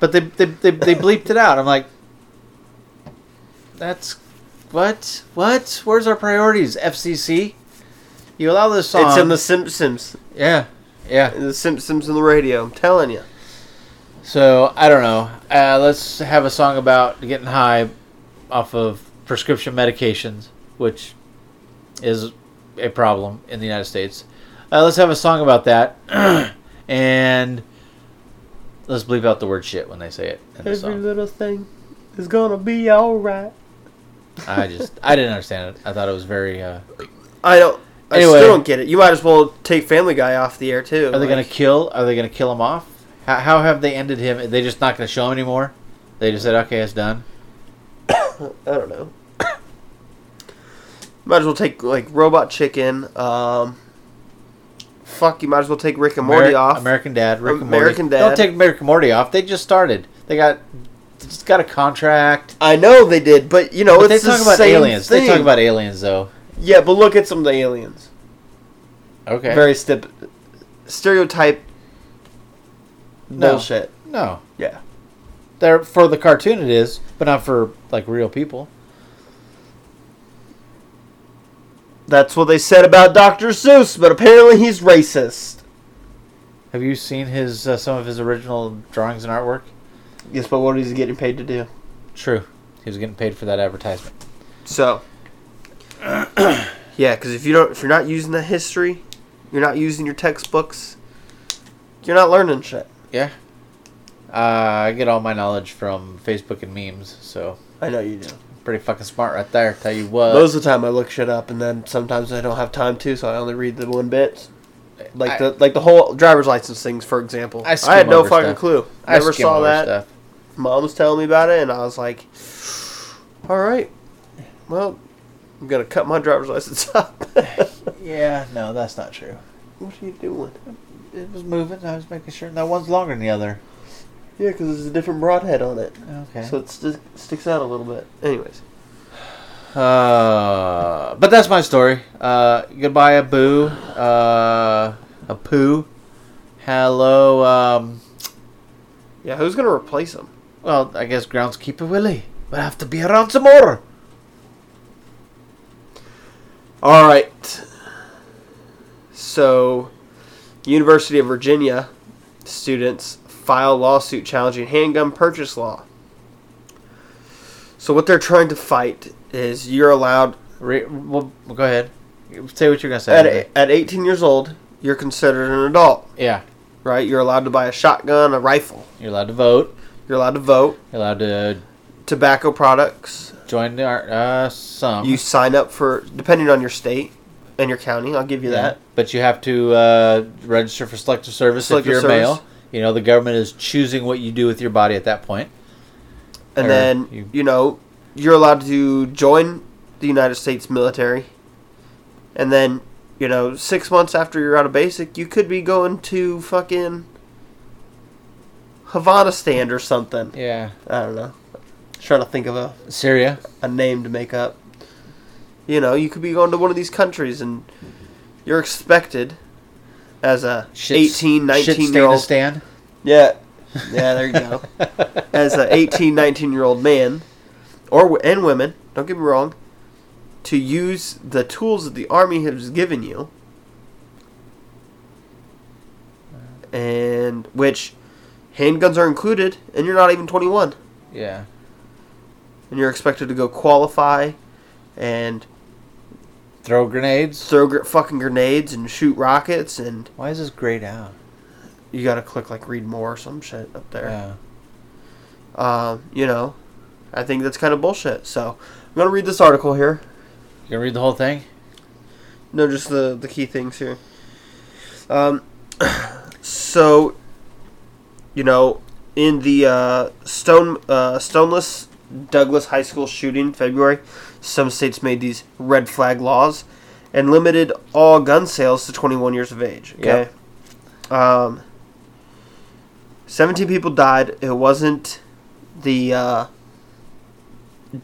But they they, they they bleeped it out. I'm like, that's what what? Where's our priorities? FCC, you allow this song?
It's in the Simpsons.
yeah yeah.
In the Simpsons on the radio. I'm telling you.
So I don't know. Uh, let's have a song about getting high off of prescription medications, which is a problem in the United States. Uh, let's have a song about that, and let's bleep out the word shit when they say it in the song.
little thing is gonna be alright.
I just I didn't understand it. I thought it was very. Uh,
I don't. I
Anyway.
still don't get it. You might as well take Family Guy off the air too.
are they going
Like,
to kill? Are they going to kill him off? How, how have they ended him? Are they just not going to show him anymore? They just said, okay, it's done.
I don't know. might as well take like Robot Chicken. Um, fuck. You might as well take Rick and Morty
Ameri-
off.
American Dad. Rick and Morty.
American Dad.
Don't take Rick and Morty off. They just started. They got they just got a contract.
I know they did, but you know
but they
Oh, it's
talk
the
about
same
aliens.
Thing.
They talk about aliens though.
yeah, but look at some of the aliens.
Okay.
Very stip stereotype
No.
bullshit.
no.
Yeah.
They're for the cartoon it is, but not for like real people.
That's what they said about Dr. Seuss, but apparently he's racist.
Have you seen his uh, some of his original drawings and artwork?
Yes, but what is he getting paid to do?
True. He was getting paid for that advertisement.
So, yeah, because if you don't, if you're not using the history, you're not using your textbooks, you're not learning shit.
Yeah. Uh, I get all my knowledge from Facebook and memes, so
I know you do.
pretty fucking smart right there. Tell you what,
Most of the time, I look shit up, and then sometimes I don't have time to, so I only read the one bit. Like
I-
the like the whole driver's license things, for example.
I
I,
skim
had no
over
fucking
stuff.
clue.
I
Never
skim
saw
over
that.
stuff.
Mom was telling me about it, and I was like, "All right, well, I'm gonna cut my driver's license up." what
Yeah, no, that's not true.
are you doing?
It was moving. I was making sure. No, one's longer than the other.
Yeah, because there's a different broadhead on it.
Okay.
So it st- sticks out a little bit. Anyways,
uh, but that's my story. Uh, goodbye, a boo, uh, a poo. Hello. Um,
yeah, who's gonna replace him?
well, I guess groundskeeper Willie. We'll have to be around some more.
All right. So, University of Virginia students file lawsuit challenging handgun purchase law. So what they're trying to fight is you're allowed
Re- well, go ahead. Say what you're gonna
at
say.
a, at 18 years old, you're considered an adult,
yeah,
right? You're allowed to buy a shotgun, a rifle.
you're allowed to vote.
You're allowed to vote.
You're allowed to
Tobacco products.
join the ar- uh, some.
You sign up for depending on your state and your county. I'll give you
Yeah.
that.
But you have to uh, register for selective service
Selective
if you're
service.
a male. You know, the government is choosing what you do with your body at that point.
and
Or
then
you-
you, know you're allowed to join the United States military, and then you know six months after you're out of basic, you could be going to fucking Havana stand or something.
Yeah.
I don't know. trying to think of a,
Syria.
a name to make up. You know, you could be going to one of these countries, and you're expected as a eighteen, nineteen 18, 19 year old.
stand.
Yeah. Yeah, there you go. As an 18, 19 year old man, or w- and women, don't get me wrong, to use the tools that the army has given you, and which handguns are included, and you're not even 21,
Yeah.
and you're expected to go qualify and
Throw grenades.
throw gr- fucking grenades and shoot rockets, and
Why is this grayed out?
you gotta click like read more or some shit up there.
Yeah.
Um, you know, I think that's kind of bullshit. So I'm gonna read this article here.
You gonna read the whole thing?
No, just the the key things here. Um, so you know, in the uh, Stone uh, Stoneless Douglas High School shooting in February, some states made these red flag laws and limited all gun sales to 21 years of age. Okay.
Yep.
Um, 17 people died. It wasn't the uh,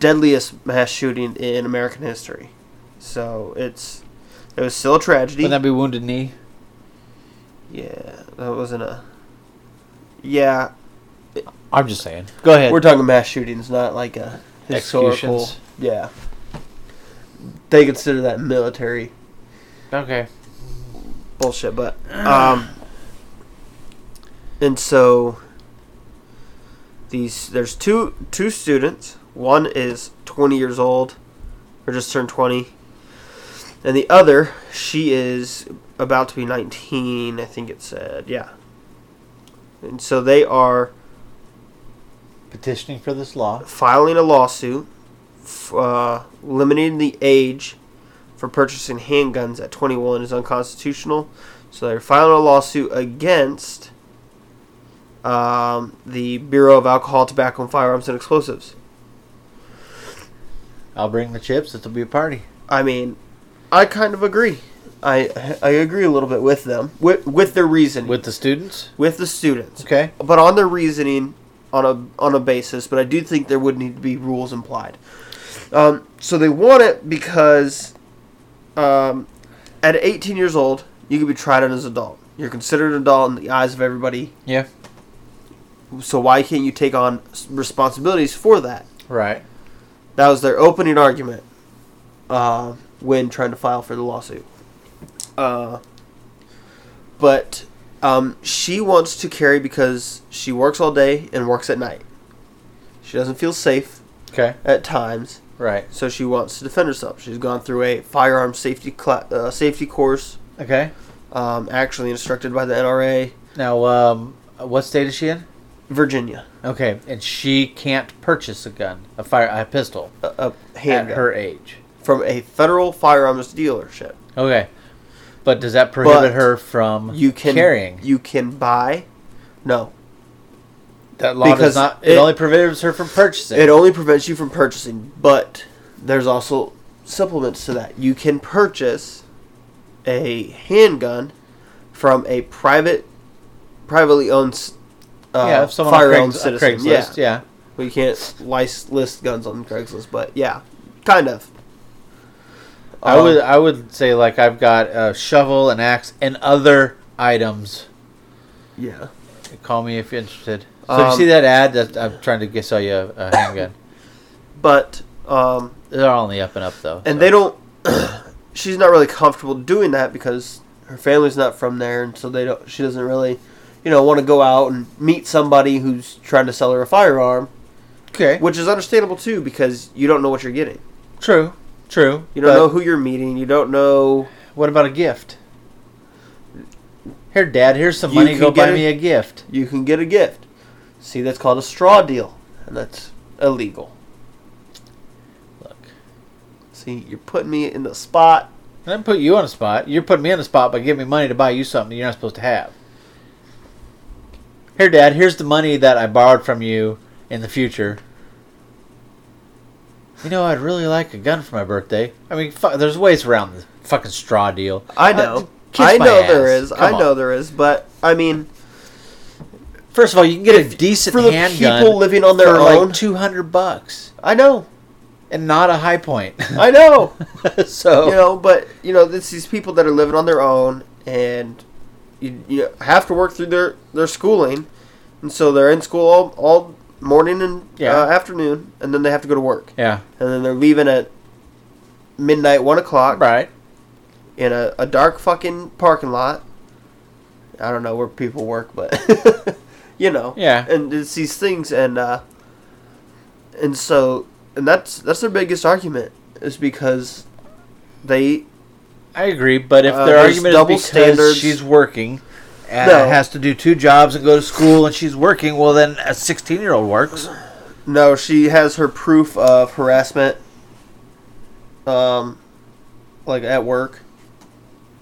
deadliest mass shooting in American history. So it's it was still a tragedy.
Wouldn't that be wounded knee?
yeah, that wasn't a. Yeah,
I'm just saying. Go ahead.
we're talking mass shootings, not like a historical.
Executions.
Yeah, they consider that military
okay.
bullshit, but um, and so these there's two two students. One is 20 years old, or just turned 20, and the other she is about to be 19. I think it said, yeah. And so they are
Petitioning for this law.
filing a lawsuit, f- uh, limiting the age for purchasing handguns at 21 is unconstitutional. So they're filing a lawsuit against um, the Bureau of Alcohol, Tobacco, and Firearms and Explosives.
I'll bring the chips. It'll be a party.
I mean, I kind of agree. I I agree a little bit with them with with their reasoning with,
With the students?
with the students,
Okay.
but on their reasoning on a on a basis. But I do think there would need to be rules implied. Um, so they want it because um, at 18 years old, you can be tried on as an adult. You're considered an adult in the eyes of everybody.
Yeah.
So why can't you take on s- responsibilities for that?
Right.
That was their opening argument uh, when trying to file for the lawsuit. Uh, but um, she wants to carry because she works all day and works at night. She doesn't feel safe
Okay.
at times,
Right.
so she wants to defend herself. She's gone through a firearm safety cla- uh, safety course,
Okay.
um, actually instructed by the NRA,
Now, um, what state is she in?
Virginia,
Okay. And she can't purchase a gun, a fire, a pistol,
a, a
at
handgun
her age.
from a federal firearms dealership.
Okay. But does that prohibit
But
her from
You can
carrying?
You can buy. No,
that law does
because
not. It,
it-
only prohibits her from purchasing.
It only prevents you from purchasing, but there's also supplements to that. You can purchase a handgun from a private, privately owned s- uh,
yeah, if someone on
firearm
Craigs- on
citizen. yeah.
Craigslist, yeah.
we can't lic- list guns on Craigslist, but yeah, kind of.
I
Um,
would I would say like I've got a shovel, an axe, and other items.
yeah.
Call me if you're interested. So if
Um,
you see that ad, that I'm trying to get sell you a, a handgun.
But um,
They're all on the up and up though. so.
and they don't. she's not really comfortable doing that because her family's not from there, and so they don't. She doesn't really, you know, want to go out and meet somebody who's trying to sell her a firearm.
okay.
which is understandable too because you don't know what you're getting.
True. True.
You don't
But
know who you're meeting. You don't know.
What about a gift? Here, Dad. Here's some
You
money.
can
Go
get
buy
a-
me a gift.
You can get a gift. See, that's called a straw deal, and that's illegal.
Look,
See, you're putting me in the spot.
I didn't put you on a spot. You're putting me on a spot by giving me money to buy you something you're not supposed to have. Here, Dad. Here's the money that I borrowed from you in the future. You know, I'd really like a gun for my birthday. I mean, fuck, there's ways around this fucking straw deal. Uh,
I know.
kiss
I
my
know there
ass.
is. I
Come on.
know there is. But I mean,
First of all, you can get a
If-
decent
for the
handgun
people living on
for
their own.
like two hundred bucks,
I know.
and not a high point.
I know.
so Oh.
you know, but you know, it's these people that are living on their own and you, you have to work through their their schooling, and so they're in school all, all morning and
Yeah.
uh, afternoon, and then they have to go to work.
yeah,
and then they're leaving at midnight, one o'clock,
right.
in a, a dark fucking parking lot. I don't know where people work, but you know,
Yeah.
And it's these things, and uh, and so, and that's that's their biggest argument is because they
I agree, but if
Uh,
their
there's
argument is
double
because
standards.
she's working and
No.
has to do two jobs and go to school and she's working, well then a 16-year-old works.
no, she has her proof of harassment, um, like at work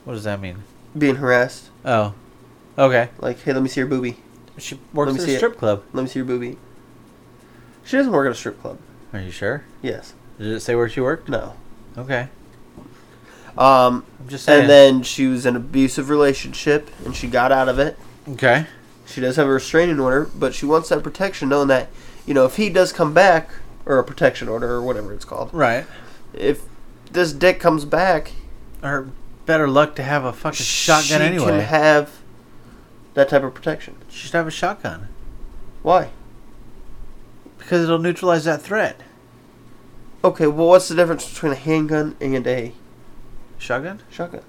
What does that mean?
being harassed.
Oh. Okay.
Like, hey, let me see your boobie.
She
Let
works
me
at
see
a
it.
strip club.
Let me see your boobie. She doesn't work at a strip club.
Are you sure?
Yes.
Did it say where she worked?
No.
Okay.
Um,
I'm just saying.
and then she was in an abusive relationship, and she got out of it.
okay.
She does have a restraining order, but she wants that protection, knowing that, you know, if he does come back, or a protection order, or whatever it's called,
Right.
if this dick comes back,
Or better luck to have a fucking shotgun
she
anyway.
can have that type of protection.
she should have a shotgun
Why?
because it'll neutralize that threat.
Okay, well, what's the difference between a handgun and a
Shotgun?
shotgun?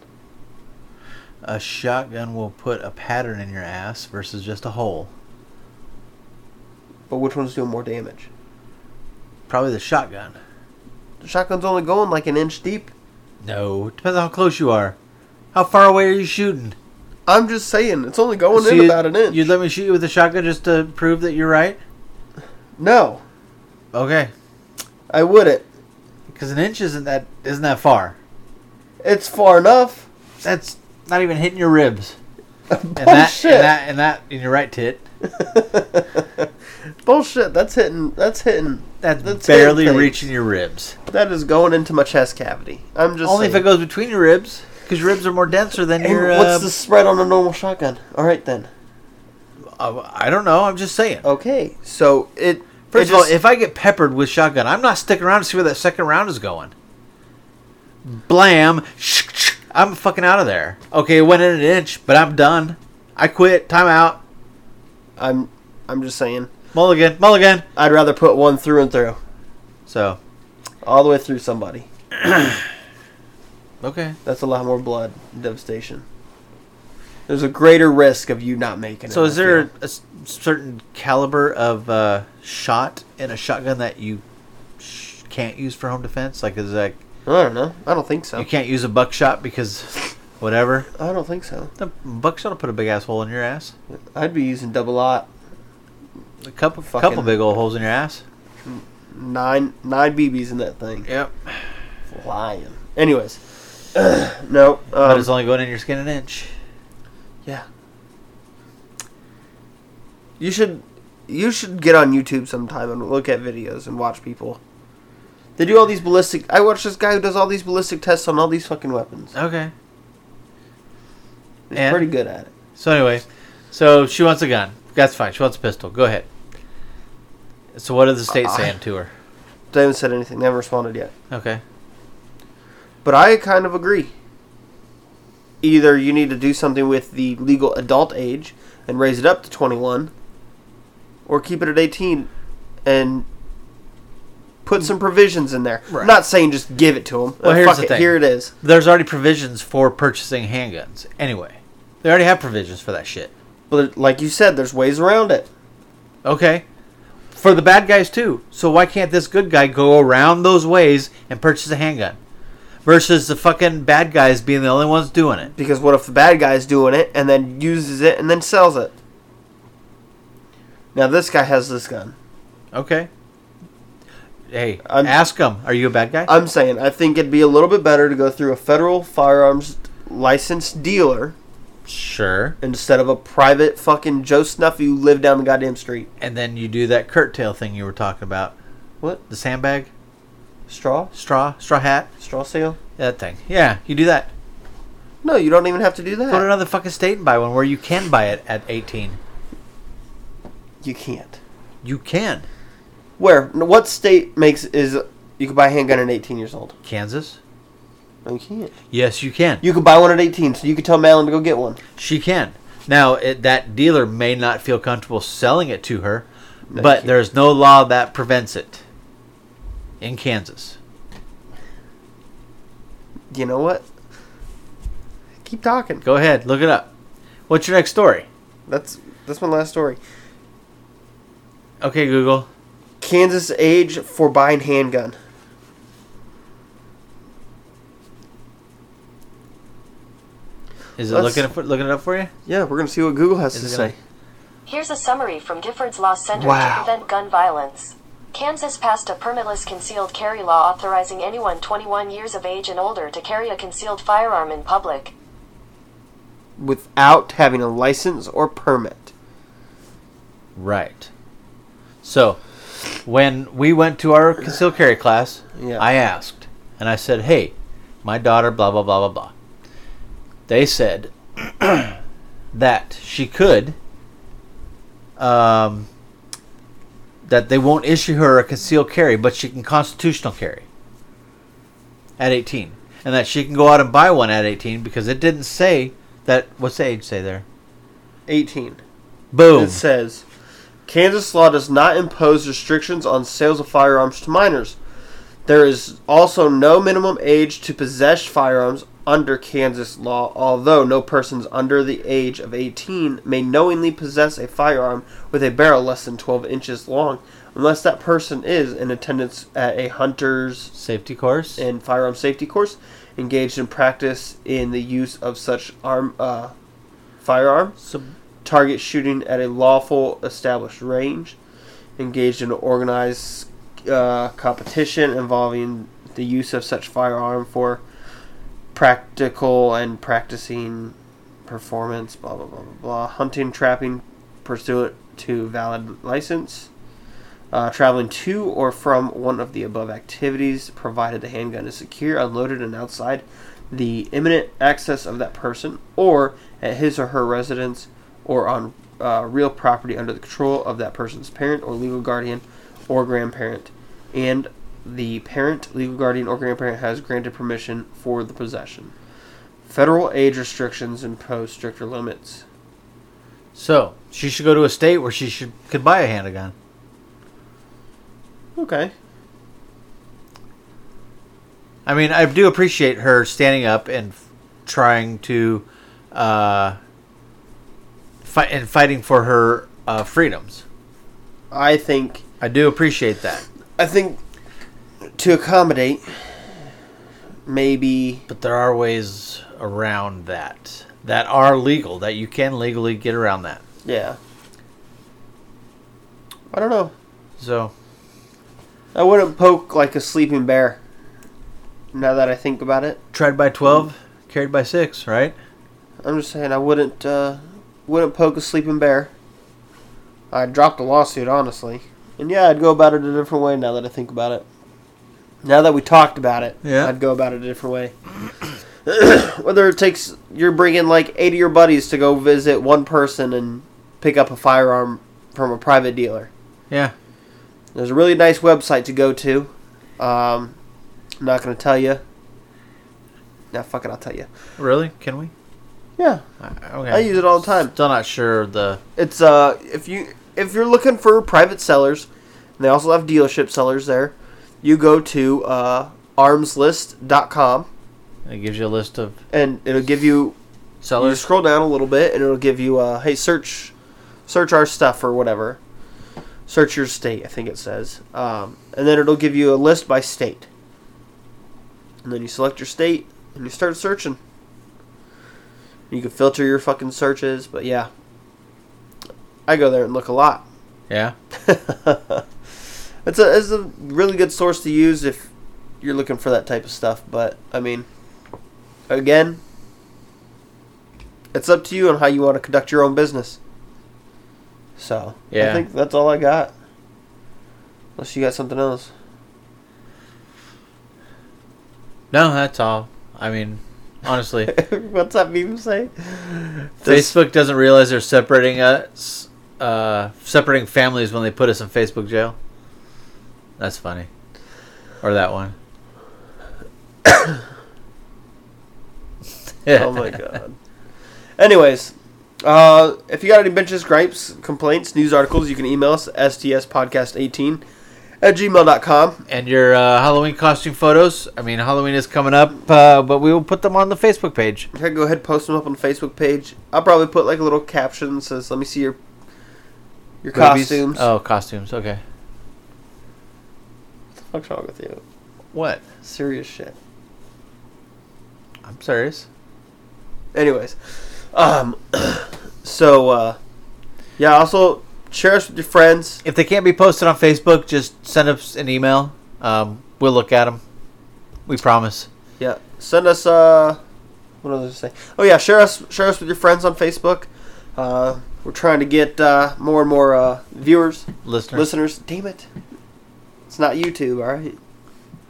A shotgun will put a pattern in your ass versus just a hole.
But which one's doing more damage?
Probably the shotgun.
The shotgun's only going like an inch deep.
No, depends on how close you are. How far away are you shooting?
I'm just saying, it's only going
So
in
you'd-
about an inch.
You'd let me shoot you with a shotgun just to prove that you're right?
no,
Okay,
I wouldn't.
because an inch isn't that isn't that far.
It's far enough.
That's not even hitting your ribs. And that,
Bullshit.
and that and that in your right tit.
Bullshit. That's hitting. That's hitting.
That's,
That's
barely
hitting things.
reaching your ribs.
That is going into my chest cavity. I'm just
Only if
saying.
it goes between your ribs, because your ribs are more denser than
And
your. Uh,
what's the spread on a normal shotgun? All right then.
uh, I don't know. I'm just saying.
Okay. So it.
First
it
of all,
just-
if I get peppered with shotgun, I'm not sticking around to see where that second round is going. Blam! I'm fucking out of there. Okay, it went in an inch, but I'm done. I quit. Time out.
I'm, I'm just saying.
Mulligan. Mulligan.
I'd rather put one through and through,
So,
all the way through somebody.
okay.
That's a lot more blood and devastation. There's a greater risk of you not making it.
So,
I
is there a,
feel.
s- certain caliber of uh, shot in a shotgun that you sh- can't use for home defense? Like, is like
I don't know. I don't think so.
you can't use a buckshot because whatever.
I don't think so.
The buckshot will put a big ass hole in your ass.
I'd be using double lot
A couple,
Fucking-
couple big old holes in your ass.
nine nine BBs in that thing.
Yep.
Lying. Anyways, no.
but
Um,
it's only going in your skin an inch.
yeah. You should you should get on YouTube sometime and look at videos and watch people. They do all these ballistic. I watch this guy who does all these ballistic tests on all these fucking weapons.
Okay.
He's
Oh, And-
pretty good at it.
So anyway, so she wants a gun. That's fine. She wants a pistol. Go ahead. So what are the state
Uh,
saying to her?
They haven't said anything. They haven't responded yet.
Okay.
But I kind of agree. Either you need to do something with the legal adult age and raise it up to 21, or keep it at 18 and put some provisions in there.
Right.
I'm not saying just give it to them.
Well, here's
fuck
the
it,
thing.
Here it is.
There's already provisions for purchasing handguns. Anyway, they already have provisions for that shit.
But like you said, there's ways around it.
Okay. For the bad guys too. So why can't this good guy go around those ways and purchase a handgun? Versus the fucking bad guys being the only ones doing it.
Because what if the bad guy's doing it and then uses it and then sells it? Now this guy has this gun.
Okay. Hey,
I'm-
ask them. Are you a bad guy?
I'm saying I think it'd be a little bit better to go through a federal firearms licensed dealer
sure.
instead of a private fucking Joe Snuffy who lived down the goddamn street.
And then you do that curtail thing you were talking about.
What?
The sandbag,
Straw?
straw, straw hat,
Straw sale?
that thing. Yeah, you do that.
No, you don't even have to do
Go to
that.
another fucking state and buy one where you can buy it at 18.
You can't.
You can.
Where? n- What state makes is you can buy a handgun at 18 years old?
Kansas?
No, you can't.
Yes, you can.
You could buy one at 18, so you could tell Malin to go get one.
She can. Now, it, that dealer may not feel comfortable selling it to her,
No, you
but
can't.
there's no law that prevents it in Kansas.
You know what? Keep talking.
Go ahead, look it up. What's your next story?
That's that's my last story.
Okay, Google.
Kansas age for buying handgun.
Is it
Let's-
looking it, looking it up for you?
Yeah, we're gonna see what Google has
Is
to
it
say.
gonna-
Here's a summary from Gifford's Law Center
Wow.
to prevent gun violence. Kansas passed a permitless concealed carry law authorizing anyone 21 years of age and older to carry a concealed firearm in public.
Without having a license or permit.
Right. So, when we went to our concealed carry class,
Yeah.
I asked, and I said, "Hey, my daughter, blah, blah, blah, blah, blah. They said that she could, um, that they won't issue her a concealed carry, but she can constitutional carry at 18. And that she can go out and buy one at 18 because it didn't say that. What's the age say there?
18.
Boom.
It says Kansas law does not impose restrictions on sales of firearms to minors. There is also no minimum age to possess firearms under Kansas law, although no persons under the age of 18 may knowingly possess a firearm with a barrel less than 12 inches long unless that person is in attendance at a hunter's
Safety course.
and firearm safety course engaged in practice in the use of such arm uh, firearm
So,
target shooting at a lawful established range, engaged in organized uh, competition involving the use of such firearm for practical and practicing performance, blah blah blah blah blah, hunting, trapping, pursuant to valid license. Uh, traveling to or from one of the above activities, provided the handgun is secure, unloaded, and outside the imminent access of that person, or at his or her residence, or on uh, real property under the control of that person's parent or legal guardian or grandparent, and the parent, legal guardian, or grandparent has granted permission for the possession. Federal age restrictions impose stricter limits.
so she should go to a state where she should could buy a handgun.
Okay.
I mean, I do appreciate her standing up and f- trying to, uh, fight and fighting for her uh, freedoms.
I think
I do appreciate that,
I think to accommodate, maybe
but there are ways around that that are legal that you can legally get around that.
yeah. I don't know.
So
I wouldn't poke like a sleeping bear. Now that I think about it,
tried by twelve, carried by six, right?
I'm just saying I wouldn't uh, wouldn't poke a sleeping bear. I'd drop the lawsuit honestly, and yeah, I'd go about it a different way. Now that I think about it, now that we talked about it,
Yeah.
I'd go about it a different way. Whether it takes you're bringing like eight of your buddies to go visit one person and pick up a firearm from a private dealer.
Yeah.
There's a really nice website to go to. Um, I'm not going to tell you. Now, fuck it, I'll tell you.
Really? Can we?
Yeah,
I- Okay.
I use it all the time.
Still not sure of the
It's uh, if you if you're looking for private sellers, and they also have dealership sellers there. You go to uh, armslist.com
It gives you a list of
and it'll give you. You
sellers.
scroll down a little bit and it'll give you uh, hey search, search our stuff or whatever. Search your state, I think it says, um, and then it'll give you a list by state. And then you select your state and you start searching. You can filter your fucking searches, but yeah. I go there and look a lot.
yeah.
It's a it's a really good source to use if you're looking for that type of stuff. But I mean, again, it's up to you on how you want to conduct your own business. So I
Yeah.
think that's all I got. Unless you got something else.
No, that's all. I mean, honestly,
What's that meme say? This-
Facebook doesn't realize they're separating us, uh, separating families when they put us in Facebook jail. That's funny, or that one.
oh my god. Anyways, uh, if you got any benches, gripes, complaints, news articles, you can email us stspodcast18 at gmail.com.
And your uh, Halloween costume photos. I mean, Halloween is coming up, uh, but we will put them on the Facebook page.
Okay, go ahead, post them up on the Facebook page. I'll probably put like a little caption that says, "Let me see your your
Movies-
costumes."
Oh, costumes. Okay.
What's wrong with you?
What?
Serious shit.
I'm serious.
Anyways, um, so uh, yeah. Also, share us with your friends.
If they can't be posted on Facebook, just send us an email. Um, we'll look at them. We promise.
Yeah, send us. Uh, what was I gonna say? Oh yeah, share us share us with your friends on Facebook. Uh, we're trying to get uh, more and more uh, viewers,
Listeners.
listeners. Damn it, it's not YouTube. All right,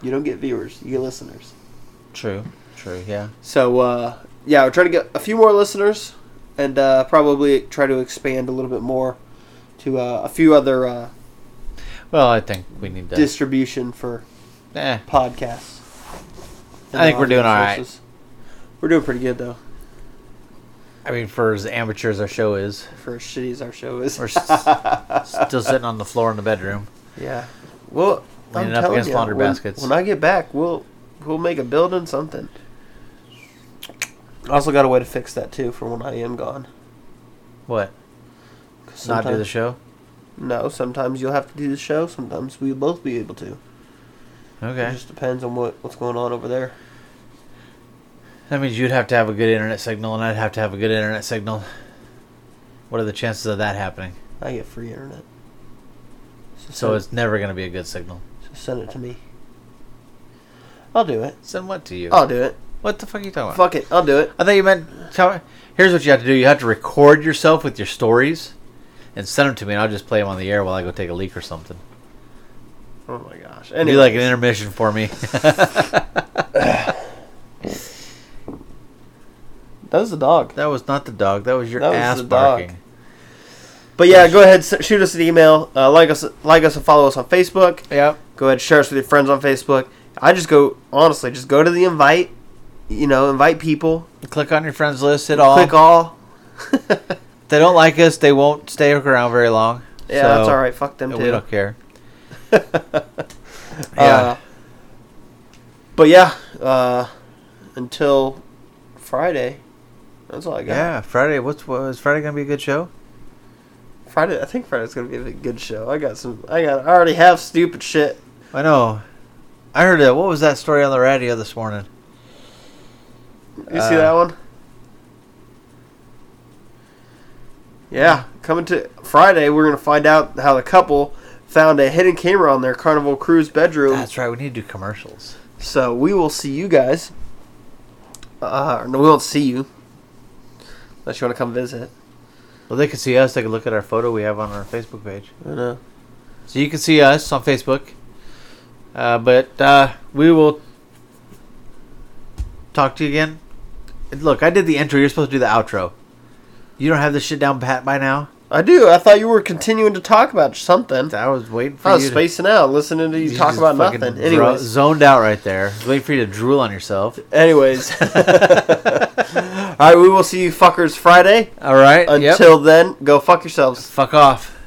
you don't get viewers, you get listeners.
True. true. Yeah.
So uh, yeah, we're trying to get a few more listeners, and uh, probably try to expand a little bit more to uh, a few other uh,
Well, I think we need to.
distribution for
eh,
podcasts. and
I think we're doing
audio
all right.
sources. We're doing pretty good though
I mean, for as amateur as our show is,
for as shitty as our show is.
we're s- still sitting on the floor in the bedroom.
yeah. Well, I'm
Leaning up
telling
against
you,
laundry
when,
baskets.
when I get back, we'll we'll make a building something. I also got a way to fix that too for when I am gone.
What?
'Cause
Not do the
sometimes-
show?
No, sometimes you'll have to do the show. Sometimes we'll both be able to. It
Okay.
just depends on what, what's going on over there.
That means you'd have to have a good internet signal, and I'd have to have a good internet signal. What are the chances of that happening?
I get free internet.
So
send-
it's never going to be a good signal.
so send it to me. I'll do it.
Send what to you?
I'll do it.
What the fuck are you talking about?
Oh. Fuck it. I'll do it.
I thought you meant. Tell, here's what you have to do. You have to record yourself with your stories, and send them to me, and I'll just play them on the air while I go take a leak or something.
Oh my gosh.
It'd
Anyway,
Be like an intermission for me.
that was the dog.
that was not the dog. That was your
That was
ass
the dog.
barking.
But yeah, go ahead. s- Shoot us an email. Uh, like us. Like us and follow us on Facebook.
Yep.
Go ahead. Share us with your friends on Facebook. I just go honestly. Just go to the invite. You know, invite people.
Click on your friends list. Hit all.
Click all.
If they don't like us, they won't stay around very long.
Yeah,
So,
that's all right. Fuck them
We
too.
don't care. yeah.
Uh, but yeah, uh, until Friday, that's all I got.
yeah. Friday. What's what, is Friday gonna be a good show?
Friday. I think Friday's gonna be a good show. I got some. I got. I already have stupid shit.
I know. I heard that. What was that story on the radio this morning?
You
Uh,
see that one? Yeah, coming to Friday, we're gonna find out how the couple found a hidden camera on their Carnival Cruise bedroom.
That's right. We need to do commercials.
So we will see you guys. Uh, no, we won't see you unless you want to come visit.
Well, they can see us. They can look at our photo we have on our Facebook page.
I don't know.
So you can see us on Facebook. Uh, but uh, we will talk to you again. And Look, I did the intro. You're supposed to do the outro. You don't have this shit down pat by now.
I do. I thought you were continuing to talk about something.
I was waiting for
I was
you. to-
spacing out, listening to Oh, you,
you
talk
just
about
fucking
nothing.
dro-
Anyways,
zoned out right there. I was Waiting for you to drool on yourself.
anyways. All right, we will see you fuckers Friday.
All right. yep.
Until then, go fuck yourselves.
fuck off.